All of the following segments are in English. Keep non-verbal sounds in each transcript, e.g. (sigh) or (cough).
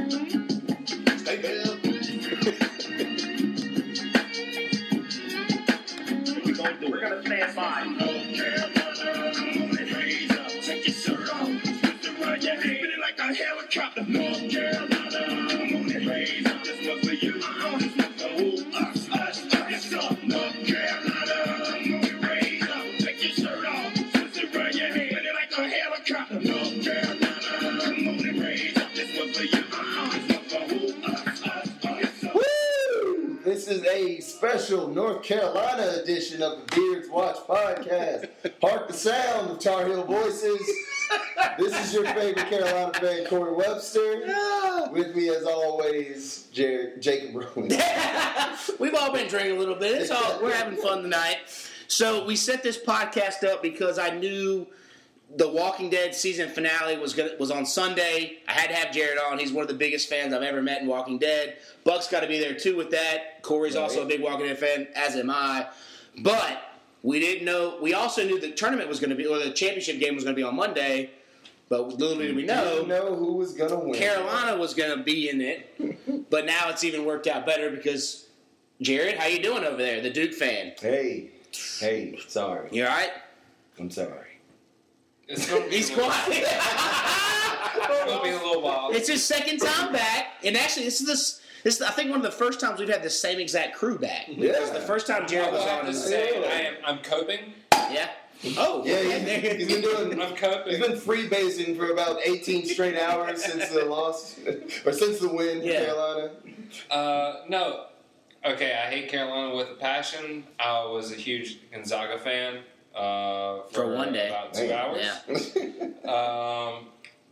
Stay there. We gonna do it. We're gonna play it by. Carolina, come on and raise up. Take your shirt off. Twist and run your head. Spin it like a helicopter. North Carolina, come on and raise up. This one's for you. Uh-uh. This one's for who? Us. Us. It's up. North Carolina, come on and raise up. Take your shirt off. Twist and run your head. Spin it like a helicopter. North Carolina, come on and raise up. This one's for you. Uh-uh. This one's for who? Us. Us. It's up. Woo! This is a special North Carolina edition of the Beards Watch podcast. Hark the sound of Tar Heel voices. This is your favorite Carolina fan, Corey Webster. With me, as always, Jared, Jacob Rowland. (laughs) We've all been drinking a little bit. It's all we're having fun tonight. So we set this podcast up because I knew the Walking Dead season finale was gonna, was on Sunday. I had to have Jared on. He's one of the biggest fans I've ever met in Walking Dead. Buck's got to be there too with that. Corey's also a big Walking Dead fan, as am I. But we didn't know. We also knew the tournament was going to be or the championship game was going to be on Monday. But little did we Didn't know who was gonna win. Carolina was going to be in it, (laughs) but now it's even worked out better because Jared, how you doing over there, the Duke fan? Hey, hey, sorry. You all right? I'm sorry. It's gonna be He's a little- quiet. It's gonna be a little (laughs) while. it's his second time back, and actually, this is this. This is, I think, one of the first times we've had the same exact crew back. Yeah. Because the first time I Jared was will have on to is say I am. I'm coping. yeah. Oh, Yeah, okay, he's, there- he's been doing. I'm He's coping. been freebasing for about 18 straight hours since the loss, or since the win for Yeah. Carolina. Uh, no. Okay, I hate Carolina with a passion. I was a huge Gonzaga fan uh, for, For one day. about two Man. hours. Yeah. (laughs) Um,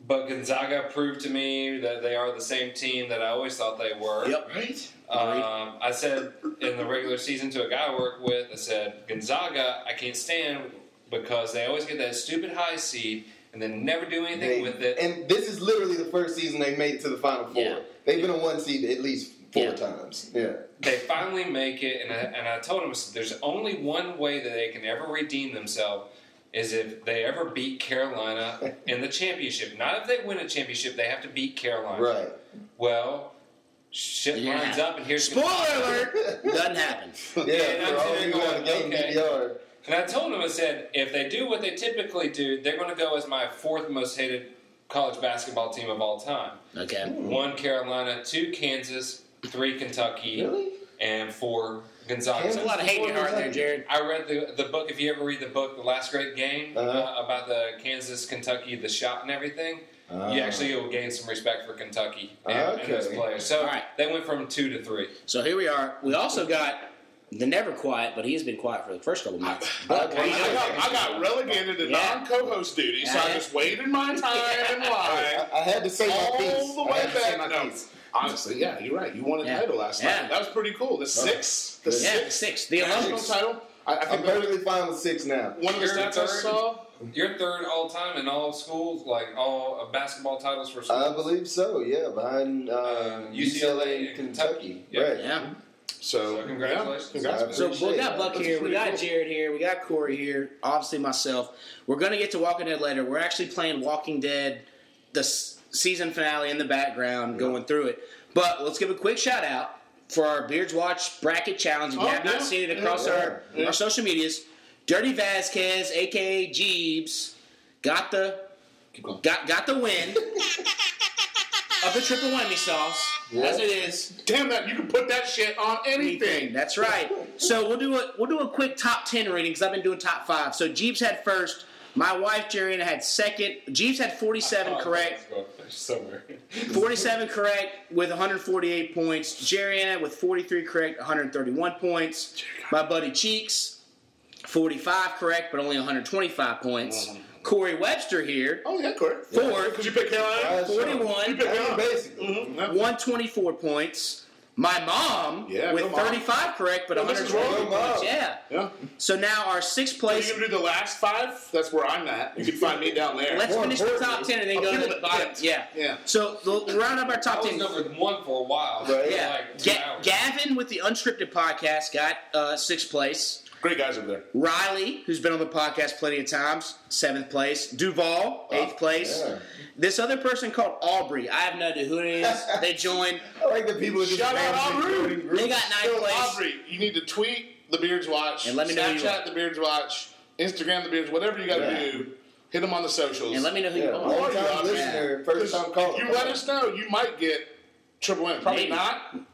but Gonzaga proved to me that they are the same team that I always thought they were. Yep. Right? Um, I said in the regular season to a guy I work with, I said, Gonzaga, I can't stand because they always get that stupid high seed and then never do anything They- with it. And this is literally the first season they made it to the Final Four. Yeah. They've been a one seed at least four Yeah. times. Yeah. they finally make it, and I, and I told him I said, there's only one way that they can ever redeem themselves is if they ever (laughs) beat Carolina in the championship. Not if they win a championship, they have to beat Carolina. Right. Well, shit Yeah. lines up, and here's Spoiler alert! Doesn't happen. Yeah, and I'm for all sitting people on going, the game okay. DVR. And I told him, I said, if they do what they typically do, they're going to go as my fourth most hated college basketball team of all time. Okay. One Carolina, two Kansas, three Kentucky, Really? and four Gonzaga. There's a lot of hate in your heart there, Jared. I read the the book. If you ever read the book, The Last Great Game, uh Uh-huh. about the Kansas, Kentucky, the shot and everything, you actually will gain some respect for Kentucky and, and those Uh-huh. Okay. players. So All right. they went from two to three. So here we are. We also got the never quiet, but he has been quiet for the first couple (laughs) months. But- How (laughs) you I doing? got, I got relegated to Yeah. non-co-host duty, so I Yeah. just waited my time (laughs) in line I, I had to say my all piece. the I way had to say back. my No, piece. honestly, yeah, you're right. You won a Yeah. title last Yeah. Oh. night. That was pretty cool. The six, the Yeah, the six sixth. The national Olympics. title. I, I I'm think that- perfectly fine with six now. one of the You're stats I third. saw. You're third all time in all schools, like all uh, basketball titles for schools. I believe so, yeah, behind uh, Uh, UCLA UCLA, and Kentucky. Yeah. Right. Yeah. So, So congratulations. yeah, congrats, So man. we got Buck That's here, we pretty got cool. Jared here, we got Corey here, obviously myself. We're gonna get to Walking Dead later. We're actually playing Walking Dead, the s- season finale in the background, going through it. But let's give a quick shout out for our Beards Watch bracket challenge. If you Oh, have yeah. not seen it across Yeah. our Yeah. our social medias, Dirty Vasquez, aka Jeebs, got the Keep going. got got the win of the triple whammy sauce as it is. Damn that! You can put that shit on anything. That's right. So we'll do a we'll do a quick top ten rating because I've been doing top five. So Jeeves had first. My wife Jerriana had second. Jeeves had forty seven Oh, correct, (laughs) Somewhere. forty seven correct with one hundred forty eight points. Jerriana with forty three correct, one hundred thirty one points. My buddy Cheeks, forty five correct, but only one hundred twenty five points. Corey Webster here, Oh yeah, Corey. Four. Because you picked Carolina. Guys, so- forty You one. picked I mean, Carolina. basically. Mhm. One twenty four points. My mom Yeah, with good mom. thirty five correct, but Oh, one this hundred is twenty wrong. points. Yeah. Yeah. So now our sixth Are you place. gonna do the last five? That's where I'm at. You can find me down there. Let's More finish the importantly, top ten and then a go few to the of the bottom. bits. Yeah. Yeah. So the round up our I top was ten. number one for a while. Right. for Yeah. Like two Ga- hours. Gavin with the unscripted podcast got uh, sixth place. Great guys over there. Riley, who's been on the podcast plenty of times, seventh place. Duval, eighth place. yeah. This other person called Aubrey, I have no idea who it is. they joined. I like the people that just Shout out randomly Aubrey. joining groups. They got ninth Yo, place. Aubrey, you need to tweet the Beards Watch, And let me know who you Snapchat are. the Beards Watch, Instagram the Beards, whatever you got to Yeah. do. Hit them on the socials. And let me know who Yeah, you Who long are are. you, time Aubrey? listener, first time caller. You let us know. You might get triple win. Probably Maybe. not. Maybe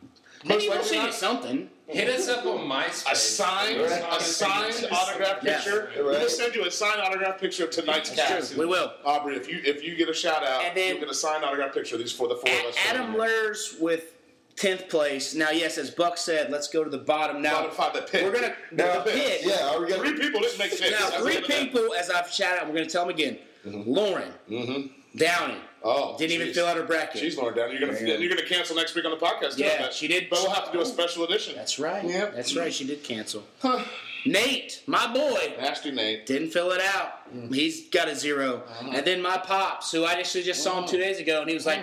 Most we'll likely send you not. something. Hit us up on MySpace. A signed, Right. a signed autograph Yeah. picture. Right. We'll send you a signed autograph picture of tonight's That's cast. true. We will. Aubrey, if you if you get a shout out, And then- you'll get a signed autograph picture of these for the four of us. A- Adam Lurs with tenth place. Now, yes, as Buck said, let's go to the bottom. Now Bottom five, the pick. we're gonna Now, the pick. yeah, are we gonna Three people didn't make sense. Now, That's three what it is. people, as I've shouted out, we're going to tell them again. Lauren, Downey, Mm-hmm. Oh, didn't even geez. fill out her bracket. She's Lauren Down. You're gonna Man. you're gonna cancel next week on the podcast. too, I Yeah, bet. she did. But we'll have to do a special edition. That's right. Yep. That's right. She did cancel. Nate, my boy, Nasty Nate. didn't fill it out. Mm. He's got a 0 Uh-huh. And then my pops, who I actually just saw Mm. him two days ago, and he was like,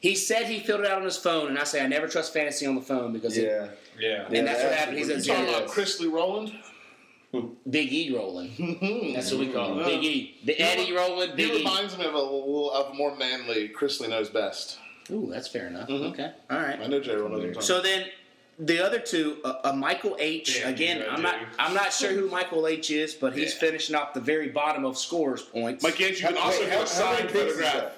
he said he filled it out on his phone, and I say I never trust fantasy on the phone because it- Yeah. Yeah. Yeah, and that's what that's happened. He's what at you Talking zero. about Chris Lee Rowland. Big E rolling. that's what we call him. Big E, the Eddie rolling. Big He E. reminds me of a little of a more manly Chris Lee knows best. Ooh, that's fair enough. Mm-hmm. Okay, all right. I know Jay Rowland. So then the other two, uh, uh, Michael H. Damn, again, you I'm right, not dude. I'm not sure who Michael H. is, but he's Yeah. finishing off the very bottom of scores points. Mike Yates, you can Wait, also get how- a how many signed picks is photograph.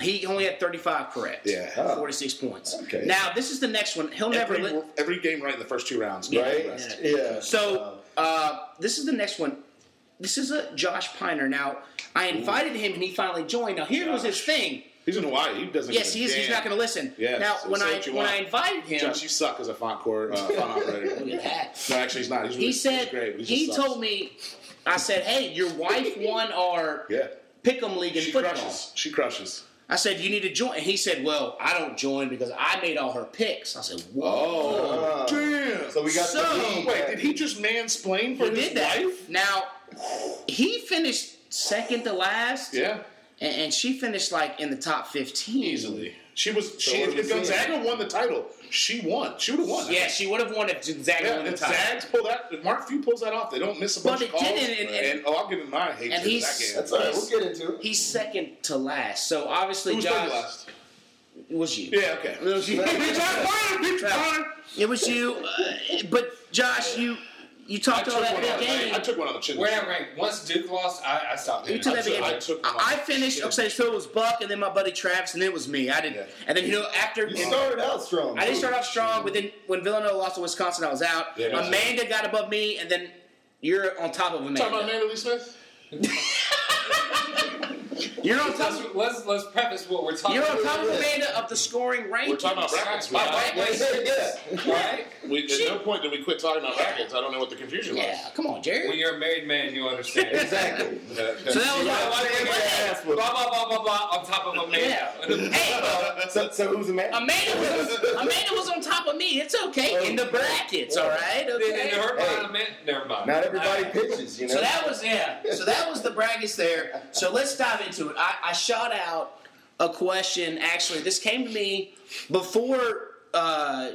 he only had 35 correct. Yeah. Oh. 46 points. Okay. Now this is the next one. He'll never. Every, Li- every game right in the first two rounds. Yeah. Right? Yeah. so uh, this is the next one. This is a Josh Piner. Now I invited him and he finally joined. Now here was his thing. He's in Hawaii. He doesn't. Yes, give a he is. He's damn. not going to listen. Yes, now when say I what you when want. I invited him, Josh, you suck as a font court uh, (laughs) font operator. look at that. No, actually, he's not. He's really, He he's said great, but he just sucks. told me. I said, "Hey, your wife won our Yeah. pick'em league in She football." crushes. She crushes. I said, "You need to join." And he said, "Well, I don't join because I made all her picks." I said, "Whoa." Oh, Uh, damn. So we got So- the lead. Wait, did he just mansplain for He his did that. wife? Now, he finished second to last, Yeah, and, and she finished like in the top fifteen easily. She was. she, what are if we if Gonzaga seeing? won the title, she won. She would have won. Yeah, she would have won if Gonzaga Yeah, won the if title. Zags pull that, if Mark Few pulls that off, they don't miss a But bunch of it calls. didn't, and- and- oh, I'll get in my hatred and of that he's- game. That's all right. We'll get into it. He's second to last, so obviously Who was Josh third last? it was you. Yeah, okay. (laughs) It was you. I It was you, uh, but Josh, you you talked took all that one on big the game. I took one on the chin. We're not ranked. Once Duke lost, I, I stopped. You paying took that big I game. took one. I, I finished. Okay, so it was Buck, and then my buddy Travis, and then it was me. I did, Yeah. Mm-hmm. not and then you know after. You started out strong. I didn't start off strong, but then when Villanova lost to Wisconsin, I was out. Yeah, that's Amanda got above me, and then you're on top of Amanda. Talking about Amanda Lee Smith? You're on top. Let's, let's let's preface what we're talking. You're on about. top of Amanda of the scoring rankings. We're talking about brackets. My man. wife- Wait, wait, (laughs) yeah. Right? We, at no point did we quit talking about brackets. I don't know what the confusion Yeah, come on, Jerry. When you're a married man, you (laughs) understand. Exactly. was. Uh, so that was My why. wife Yeah. is Blah blah blah blah blah on top of Amanda. (laughs) Yeah. Hey, So, so who's the man? Amanda was Amanda was on top of me. It's okay in the brackets. All right. Then in Okay. her Hey. mind, Amanda. Never mind. Uh, Not everybody pitches, you know. uh, So that was yeah. So that was the brackets there. So let's dive into it. I, I shot out a question. Actually, this came to me before uh,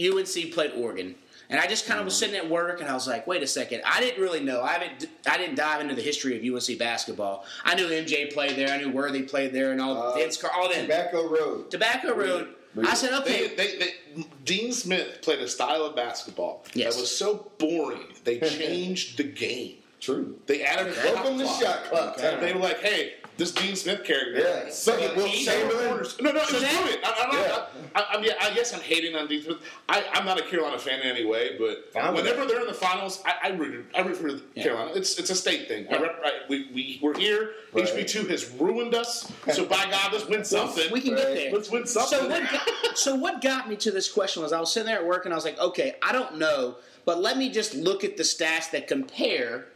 UNC played Oregon, and I just kind of was Mm-hmm. sitting at work, and I was like, "Wait a second. I didn't really know. I haven't. I didn't dive into the history of UNC basketball. I knew MJ played there. I knew Worthy played there, and all Uh, Vince Car- all them. Tobacco Road. Tobacco Road. Really? I said, They, okay. they, they, Dean Smith played a style of basketball Yes. that was so boring. (laughs) They changed the game. True. They added a clock Welcome to clock. shot clock. And they were like, "Hey, this Dean Smith character." Yeah. Suck it, Will Eight Chamberlain. quarters. No, no, it was that- brilliant. I, I'm not- Yeah. I, I, I, mean, I guess I'm hating on Dean Smith. I, I'm not a Carolina fan anyway, but Fine with whenever that. they're in the finals, I, I root. I root for Carolina. It's it's a state thing. I rep, I, we we we're here. Right. HB2 has ruined us. So by God, let's win something. We can get Right. there. let's win something. So what, got, so what got me to this question was I was sitting there at work and I was like, okay, I don't know, but let me just look at the stats that compare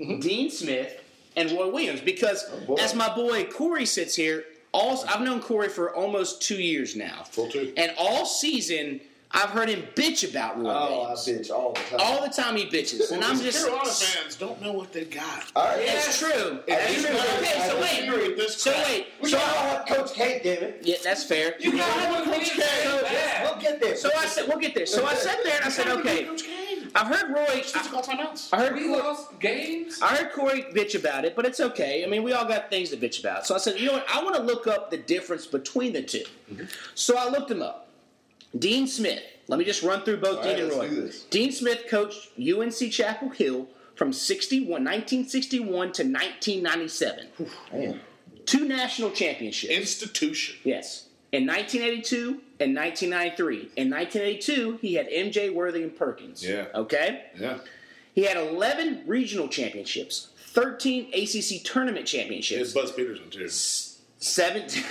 Mm-hmm. Dean Smith and Roy Williams because Oh, boy. as my boy Corey sits here, all I've known Corey for almost two years now, Full two. and all season I've heard him bitch about Roy Oh, I Williams. bitch all the time. All the time he bitches, and I'm just Carolina fans don't know what they got. all right. That's true. That's true. Okay, so I disagree with wait, this so crap. wait, We so all have Coach K, damn it. yeah, that's fair. You gotta have a coach We'll get there. So I said, we'll get there. So I sat there and I said, okay. I've heard Roy. Let's call timeouts. I heard We Roy- lost games. I heard Corey bitch about it, but it's okay. I mean, we all got things to bitch about. So I said, you know what? I want to look up the difference between the 2 Mm-hmm. So I looked him up. Dean Smith. Let me just run through both All Dean right, and let's Roy. do this. Dean Smith coached UNC Chapel Hill from 61, 1961 to 1997. Damn. Two national championships. Institution. Yes. In 1982 and 1993. In 1982, he had MJ Worthy and Perkins. Yeah. Okay? Yeah. He had 11 regional championships, 13 ACC tournament championships, It's Buzz Peterson, too. 17,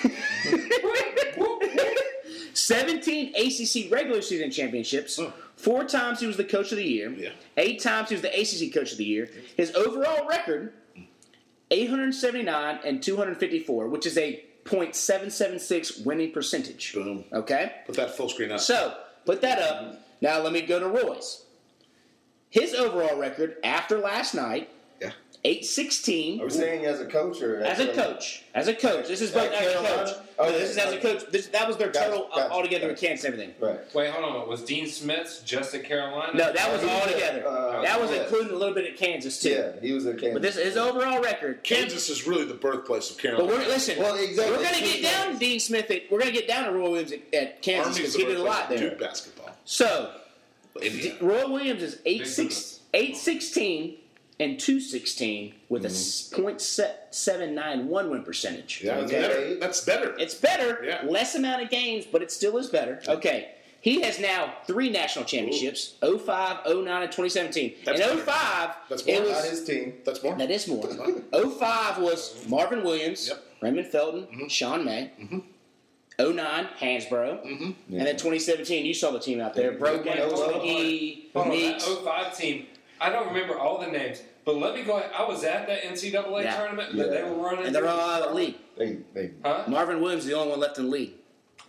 17 ACC regular season championships. Four times he was the coach of the year. Mm. Yeah. Eight times he was the ACC coach of the year. His overall record, 879 and 254, which is a .776 winning percentage. Boom. Okay? Put that full screen up. So, put that up. Now let me go to Roy's. His overall record after last night, yeah. 816. Are we saying as a coach or As a coach, as a coach, this is both At as a Carolina? coach. Oh, No, this is as a okay. coach. This, that was their Gotcha, total uh, gotcha, altogether gotcha. mechanics and everything. Right. Wait, hold on. Was Dean Smith just at Carolina? No, that was Uh, he all was, together. uh, that was yeah. including a little bit of Kansas too. Yeah, he was a Kansas. But this his overall record. Kansas is really the birthplace of But Carolina. we're listen. Well, exactly. We're gonna get down to Dean Smith. At, we're gonna get down to Roy Williams at, at Kansas Army's because the he did a birthplace lot of there. Duke basketball. So Indiana. Roy Williams is eight six business. eight sixteen and two sixteen with Mm-hmm. a point seven nine one win percentage. Yeah, that's Okay. better. That's better. It's better. Yeah. Less amount of games, but it still is better. Okay. He has now three national championships 05, 09, and 2017. That's and better. 05, That's it more. Not was. his team. That's more. That is more. 05 was Marvin Williams, Yep. Mm-hmm. Raymond Felton, Sean May. 09, Hansborough. Mm-hmm. And then 2017, you saw the team out there. Brogan, Oh, Yeah, hold on. Twiggy, Hold on, that Meeks. 05 team. I don't remember all the names, but let me go. ahead. I was at that NCAA Yeah. tournament that they Yeah. were oh, running. And they're through. all out of the league. They, they, Huh? Marvin Williams is the only one left in the league.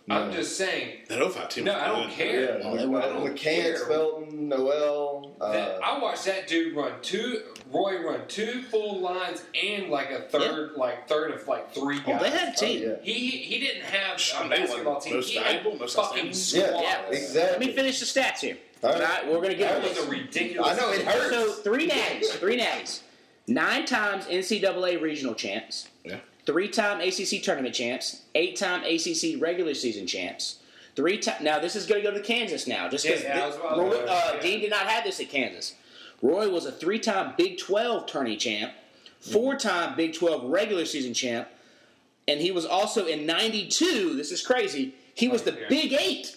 I'm just saying. That 05 team. No, was I don't good. care. yeah, they were- uh, McCants, Felton, Noel. That, Uh, I watched that dude run two, Roy run two full lines and like a third, like third of like three guys. Oh, They had a team. Oh, yeah. He he didn't have Sean a Bailey, basketball team. most he valuable, had most fucking outstanding. squad. Yeah. Let exactly. me finish the stats here. All right. Tonight, we're going to get That All was right. a ridiculous. I know it hurts. So three natties, three natties, nine times NCAA regional champs, Yeah. three time ACC tournament champs, eight time ACC regular season champs, three time. Now this is going to go to Kansas now, just because Yeah, yeah, I was about to Roy- go, uh, yeah. Dean did not have this at Kansas. Roy was a three time Big Twelve tourney champ, four Mm-hmm. time Big Twelve regular season champ, and he was also in '92. This is crazy. He was the Oh, yeah. Big Eight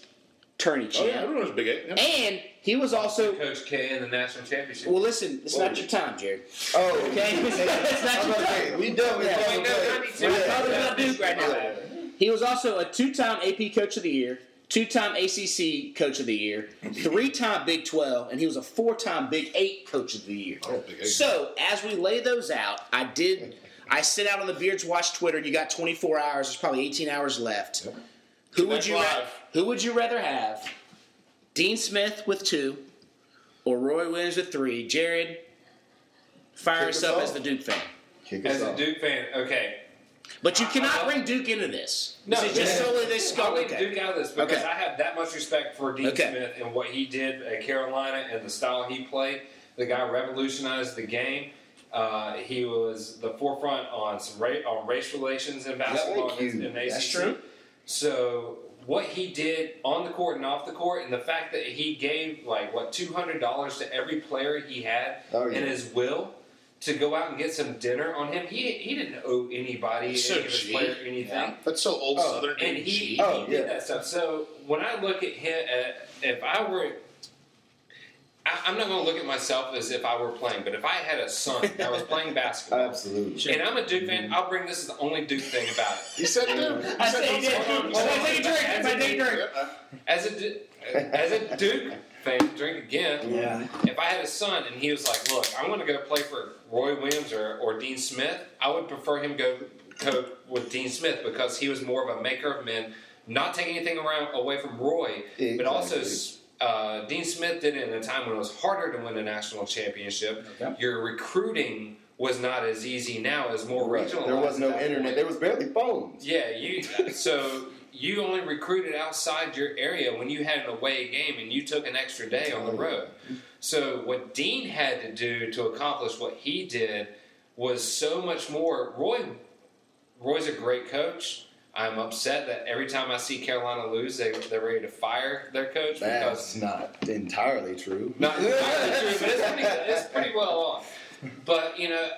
tourney Oh, yeah. champ, Everyone was a big eight. Yeah. and he was also. Coach K in the national championship. Well, listen, it's not your time, Jared. Oh, Okay, (laughs) it's not I'm your about to say, time. we done with Yeah. Kevin Wait, no, Page. 92. Yeah. I'm talking about Duke right now. Yeah. He was also a two-time AP Coach of the Year, two-time ACC Coach of the Year, three-time Big 12, and he was a four-time Big 8 Coach of the Year. Big eight. So, as we lay those out, I did I sent out on the Beards Watch Twitter, you got 24 hours, there's probably 18 hours left. Who would Connect you ra- live. who would you rather have? Dean Smith with 2 or Roy Williams with 3? Jared fire Kick us us up as off. the Duke fan. Kick us As a off. Duke fan, okay. But you cannot I- bring Duke into this. No, this is just yeah. solely this I'll skull. leave Okay. Duke out of this because Okay. I have that much respect for Dean Okay. Smith and what he did at Carolina and the style he played. The guy revolutionized the game. Uh, he was the forefront on some ra- on race relations in basketball Thank in, you. in ACC. That's true. So what he did on the court and off the court, and the fact that he gave like what two hundred dollars to every player he had Oh, yeah. in his will to go out and get some dinner on him, he he didn't owe anybody, So any of his G. player anything That's so old Oh, Southern. and age. he, Oh, he did yeah. that stuff. So when I look at him, uh, if I were, I, I'm not going to look at myself as if I were playing, but if I had a son that was (laughs) playing basketball, Absolutely. and I'm a Duke fan, I'll bring this as the only Duke thing about it. (laughs) He said no. He I said say no. he did. Hold on. Hold on, take a drink. Everybody take a drink. Yeah. As a Du- as a Duke fan, drink again. Yeah. If I had a son and he was like, "Look, I want to go play for Roy Williams or, or Dean Smith," I would prefer him go go with Dean Smith because he was more of a maker of men, not taking anything around away from Roy, but also. Exactly. Uh, Dean Smith did it in a time when it was harder to win a national championship. Your recruiting was not as easy now as more Right. regional. There was no internet. There was barely phones. Yeah, you. So you only recruited outside your area when you had an away game and you took an extra day on the road. So what Dean had to do to accomplish what he did was so much more. Roy, Roy's a great coach. I'm upset that every time I see Carolina lose, they, they're ready to fire their coach because That's not entirely true. not entirely true, but it's pretty, it's pretty well off. But you know,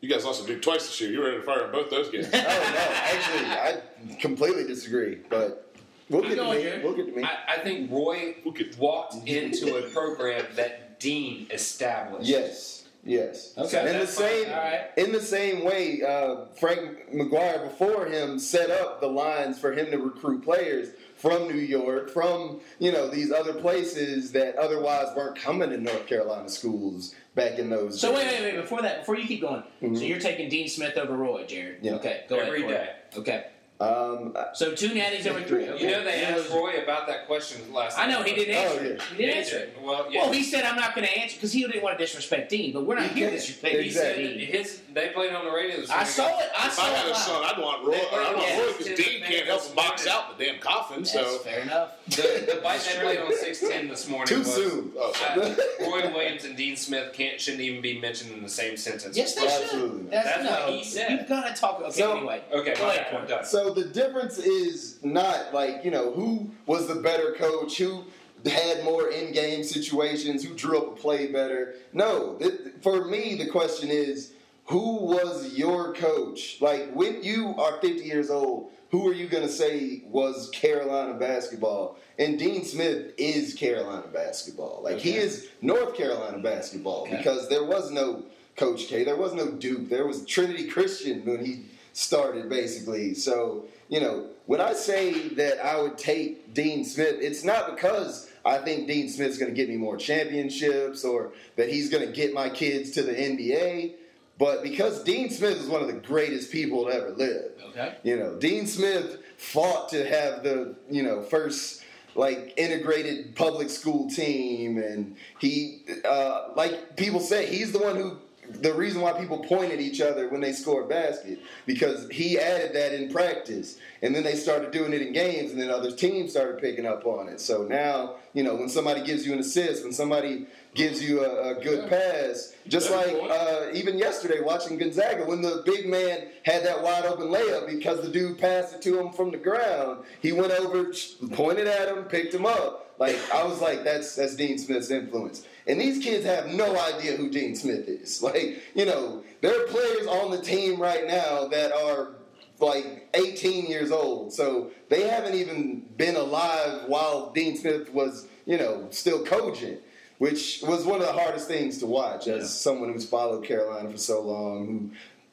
You guys lost a dude twice this year. You were ready to fire on both those games. (laughs) (laughs) Oh no, actually, I completely disagree. But we'll get to going, me. Jared. We'll get to me. I, I think Roy Look at- walked into a program that Dean established. Yes. Yes. Okay, In the that's fine. same All right. in the same way, uh, Frank McGuire before him set up the lines for him to recruit players from New York, from you know these other places that otherwise weren't coming to North Carolina schools back in those. So days. wait, wait, wait. Before that, before you keep going, so you're taking Dean Smith over Roy, Jared. Mm-hmm. Yeah. Okay. Go Every ahead, Corey. day. Okay. Um, I- So two natties over three. Okay. You know they Yeah. asked Roy about that question last. I know night. he didn't Oh, answer. it. yeah. He He didn't answer. it. didn't. Well, yeah. Well, he said I'm not going to answer because he didn't want to disrespect Dean, but we're not You here to can't. disrespect. He said Exactly. Dean. his. They played on the radio. This I morning. saw it. I If saw I had it. a son, live. I'd want Roy. Or I want Yeah. Roy because Dean can't help him box out the damn coffin. That's So fair enough. The, the bite they played on six ten this morning. too was, soon. Oh, uh, Roy Williams and Dean Smith can't shouldn't even be mentioned in the same sentence. Yes, they Absolutely. should. That's, That's no. what he said. You've got to talk. Okay, So- anyway. Okay, Go my ahead, bad, Corey. I'm done. So the difference is not like, you know, who was the better coach, who had more in game situations, who drew up a play better. No, th- for me, the question is who was your coach? Like, when you are 50 years old, who are you going to say was Carolina basketball? And Dean Smith is Carolina basketball. Like, he Okay. is North Carolina basketball Okay. because there was no Coach K, there was no Duke, there was Trinity Christian when he started, basically. So, you know, when I say that I would take Dean Smith, it's not because I think Dean Smith's going to get me more championships or that he's going to get my kids to the NBA, but because Dean Smith is one of the greatest people to ever live. Okay. You know, Dean Smith fought to have the, you know, first like integrated public school team and he uh, like people say he's the one who the reason why people point at each other when they score a basket because he added that in practice and then they started doing it in games and then other teams started picking up on it so now you know when somebody gives you an assist when somebody gives you a, a good pass just Good like point. uh, uh, even yesterday watching Gonzaga when the big man had that wide open layup because the dude passed it to him from the ground. He went over, sh- pointed at him, picked him up. Like I was like, that's that's Dean Smith's influence. And these kids have no idea who Dean Smith is. (laughs) Like you know, there are players on the team right now that are like 18 years old, so they haven't even been alive while Dean Smith was you know still cogent which was one of the hardest things to watch as someone who's followed Carolina for so long,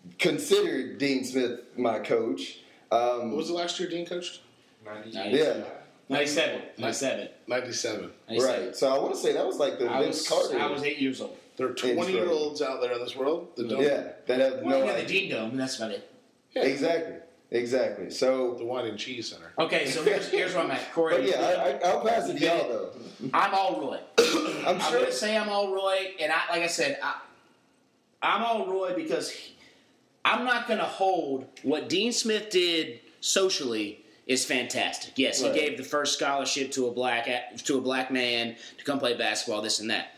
who considered Dean Smith my coach. Um, what was the last year Dean coached? yeah, Ninety-seven. Ninety-seven. Ninety-seven. 97. right. So I want to say that was like the I Vince was, Carter. I was eight years old. There are twenty-year-olds out there in this world Mm. that don't. yeah, that have Well, no you know, the idea. Dean Dome, and that's about it. Exactly, exactly. The So, wine and cheese center. Okay, so here's, here's where I'm at. Corey, but yeah, I, I, I'll pass it to y'all though. I'm all Roy. I'm I'm sure. gonna say I'm all Roy, and I like I said, I, I'm all Roy because he- I'm not gonna hold what Dean Smith did socially is fantastic. Yes, Right. he gave the first scholarship to a black to a black man to come play basketball, this and that.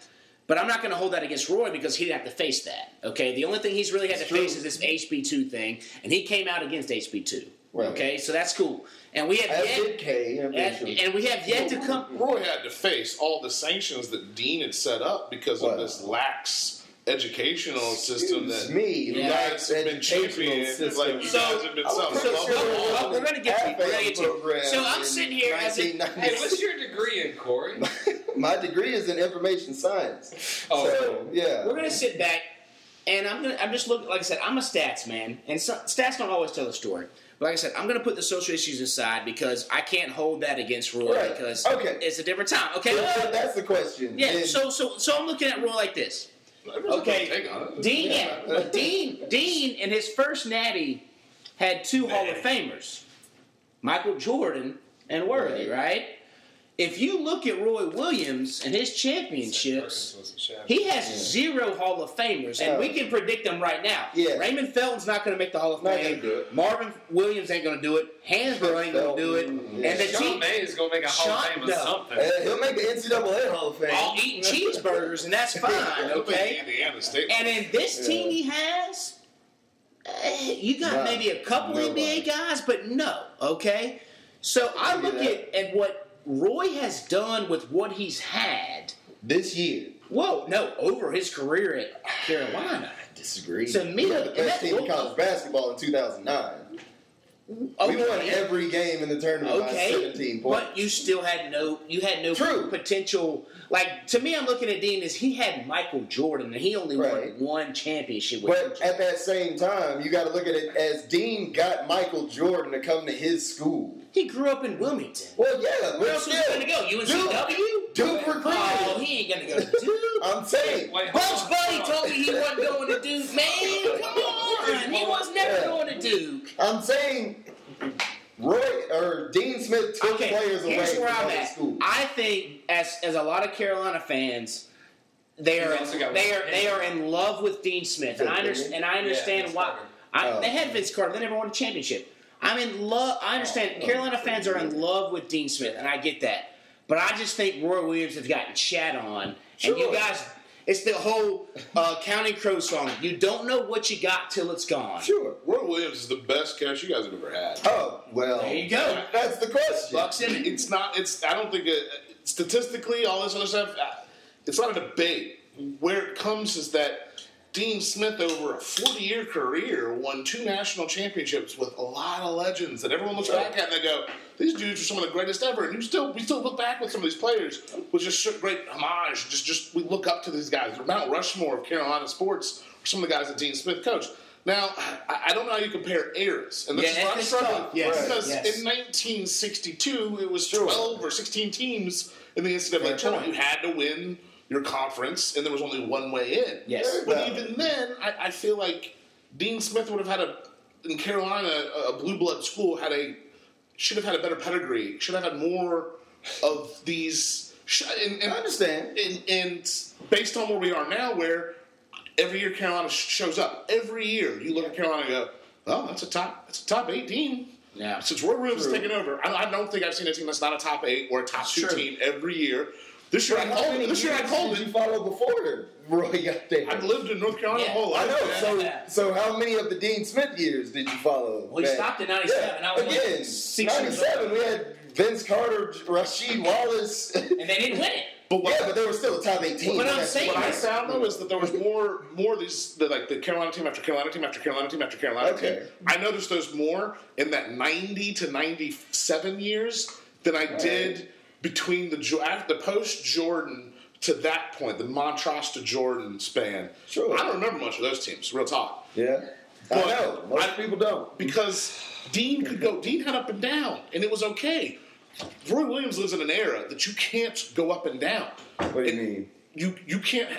But I'm not going to hold that against Roy because he didn't have to face that. Okay, the only thing he's really had to face is this HB2 thing, and he came out against HB2. Right. Okay, so that's cool. And we have As did yet, K. and, eventually. and we have yet to come. Roy had to face all the sanctions that Dean had set up because Wow. of this lax educational system Excuse that me, you Yeah. guys have been educational champions. It's like you system. guys have been I was something. pretty sure- Oh, we're gonna get to, we're gonna get to. Program So I'm in sitting here as a 1990s. Hey, what's your degree in Corey? (laughs) My degree is in information science. Oh. so, yeah. We're gonna sit back, and I'm gonna. I'm just looking. Like I said, I'm a stats man, and so, stats don't always tell the story. But like I said, I'm gonna put the social issues aside because I can't hold that against Roy Right. because Okay. it's a different time. Okay. Yeah, that's the question. yeah. And- So so so I'm looking at Roy like this. Everyone's Okay. got a take on it. Dean, Yeah. yeah. Dean, Dean, in his first Natty, had two Hall of Famers, Michael Jordan and Worthy, right? If you look at Roy Williams and his championships, he has zero Hall of Famers, and Oh. we can predict them right now. Yeah. Raymond Felton's not going to make the Hall of Not gonna Fame. do it. Marvin Williams ain't going to do it. Hansbrough ain't going to do it. Felton, yeah. And the Sean team May is going to make a Hall Sean of Fame Doe. or something. Uh, he'll make the NCAA Hall of Fame. all eating cheeseburgers, (laughs) and that's fine, okay? Indiana State. And in this team he has, eh, you got Nah, maybe a couple nobody. NBA guys, but no, okay? So I Yeah. look at, at what Roy has done with what he's had. This year. Whoa, no, over his career at Carolina. I disagree. To me, we had the and best that- team in college basketball in 2009. Okay. We won every game in the tournament by 17 points. But you still had no you had no True. potential like to me I'm looking at Dean as he had Michael Jordan and he only Right. won one championship with him. But at that same time, you got to look at it as Dean got Michael Jordan to come to his school. He grew up in Wilmington. Well, yeah, Where we're else was still- he gonna go? UNCW? Duke for Oh, Creighton. he ain't gonna go to (laughs) Duke. I'm saying. Wait, hold Bugs on, Bunny hold on. told me he wasn't going to (laughs) Duke, man. Come on, he was never Yeah. going to Duke. I'm saying. Roy or Dean Smith took Okay, players away here's from where I'm other at. schools. I think as as a lot of Carolina fans, they He's are also got they one. are they are in love with Dean Smith, and I understand and I understand Vince why. Carter. I, Oh. They had Vince Carter. They never won a championship. I'm in love. I understand Oh, Carolina fans are yeah. in love with Dean Smith, and I get that. But I just think Roy Williams has gotten shat on, and you Sure. guys. It's the whole uh, Counting Crow song. You don't know what you got till it's gone. Sure. Roy Williams is the best catch you guys have ever had. Oh well. There you go. That's the question. Bucks in it. It's not. It's. I don't think it, statistically, all this other stuff. uh, It's not a debate. Where it comes is that Dean Smith, over a forty-year career, won two national championships with a lot of legends that everyone looks back at and they go, "These dudes are some of the greatest ever." And you still, we still look back with some of these players with just such great homage. Just, just we look up to these guys. They're Mount Rushmore of Carolina sports. Or some of the guys that Dean Smith coached. Now, I, I don't know how you compare eras, and this Yeah, is where I'm that's struggling. tough. Yes, because yes. in 1962, it was 12 or 16 teams in the NCAA Fair tournament. point. You had to win your conference, and there was only one way in. Yes. But even then, I, I feel like Dean Smith would have had a in Carolina a blue blood school had a should have had a better pedigree. Should have had more of these. sh- And, and, I understand. And, and based on where we are now, where every year Carolina sh- shows up, every year you look at Carolina and go, "Well, that's a top. That's a top eight team." Yeah. Since Roy Williams has True. taken over, I, I don't think I've seen a team that's not a top eight or a top two True. team every year. This year I How called many it. This year I years called did you it. follow before the Roy got there? I've lived in North Carolina Yeah, my whole I life. man. know. Yeah. So, so how many of the Dean Smith years did you follow? Well, he back? stopped in 97. I was like Again, six years 97, we had Vince Carter, Rasheed Wallace. (laughs) yeah, And they didn't win it. But what, but they were still a top 18. What I'm saying what I is- found though is that there was more, more of these, the, like the Carolina team after Carolina team after Carolina team after Carolina Okay. team. I noticed those more in that ninety to ninety-seven years than I did between the Jo- after the post Jordan to that point, the Montrose to Jordan span. Sure. I don't remember much of those teams. Real talk. Yeah. I But- know. Most I- people don't. because Dean could go. Dean had up and down, and it was okay. Roy Williams lives in an era that you can't go up and down. What do you And mean? You you can't.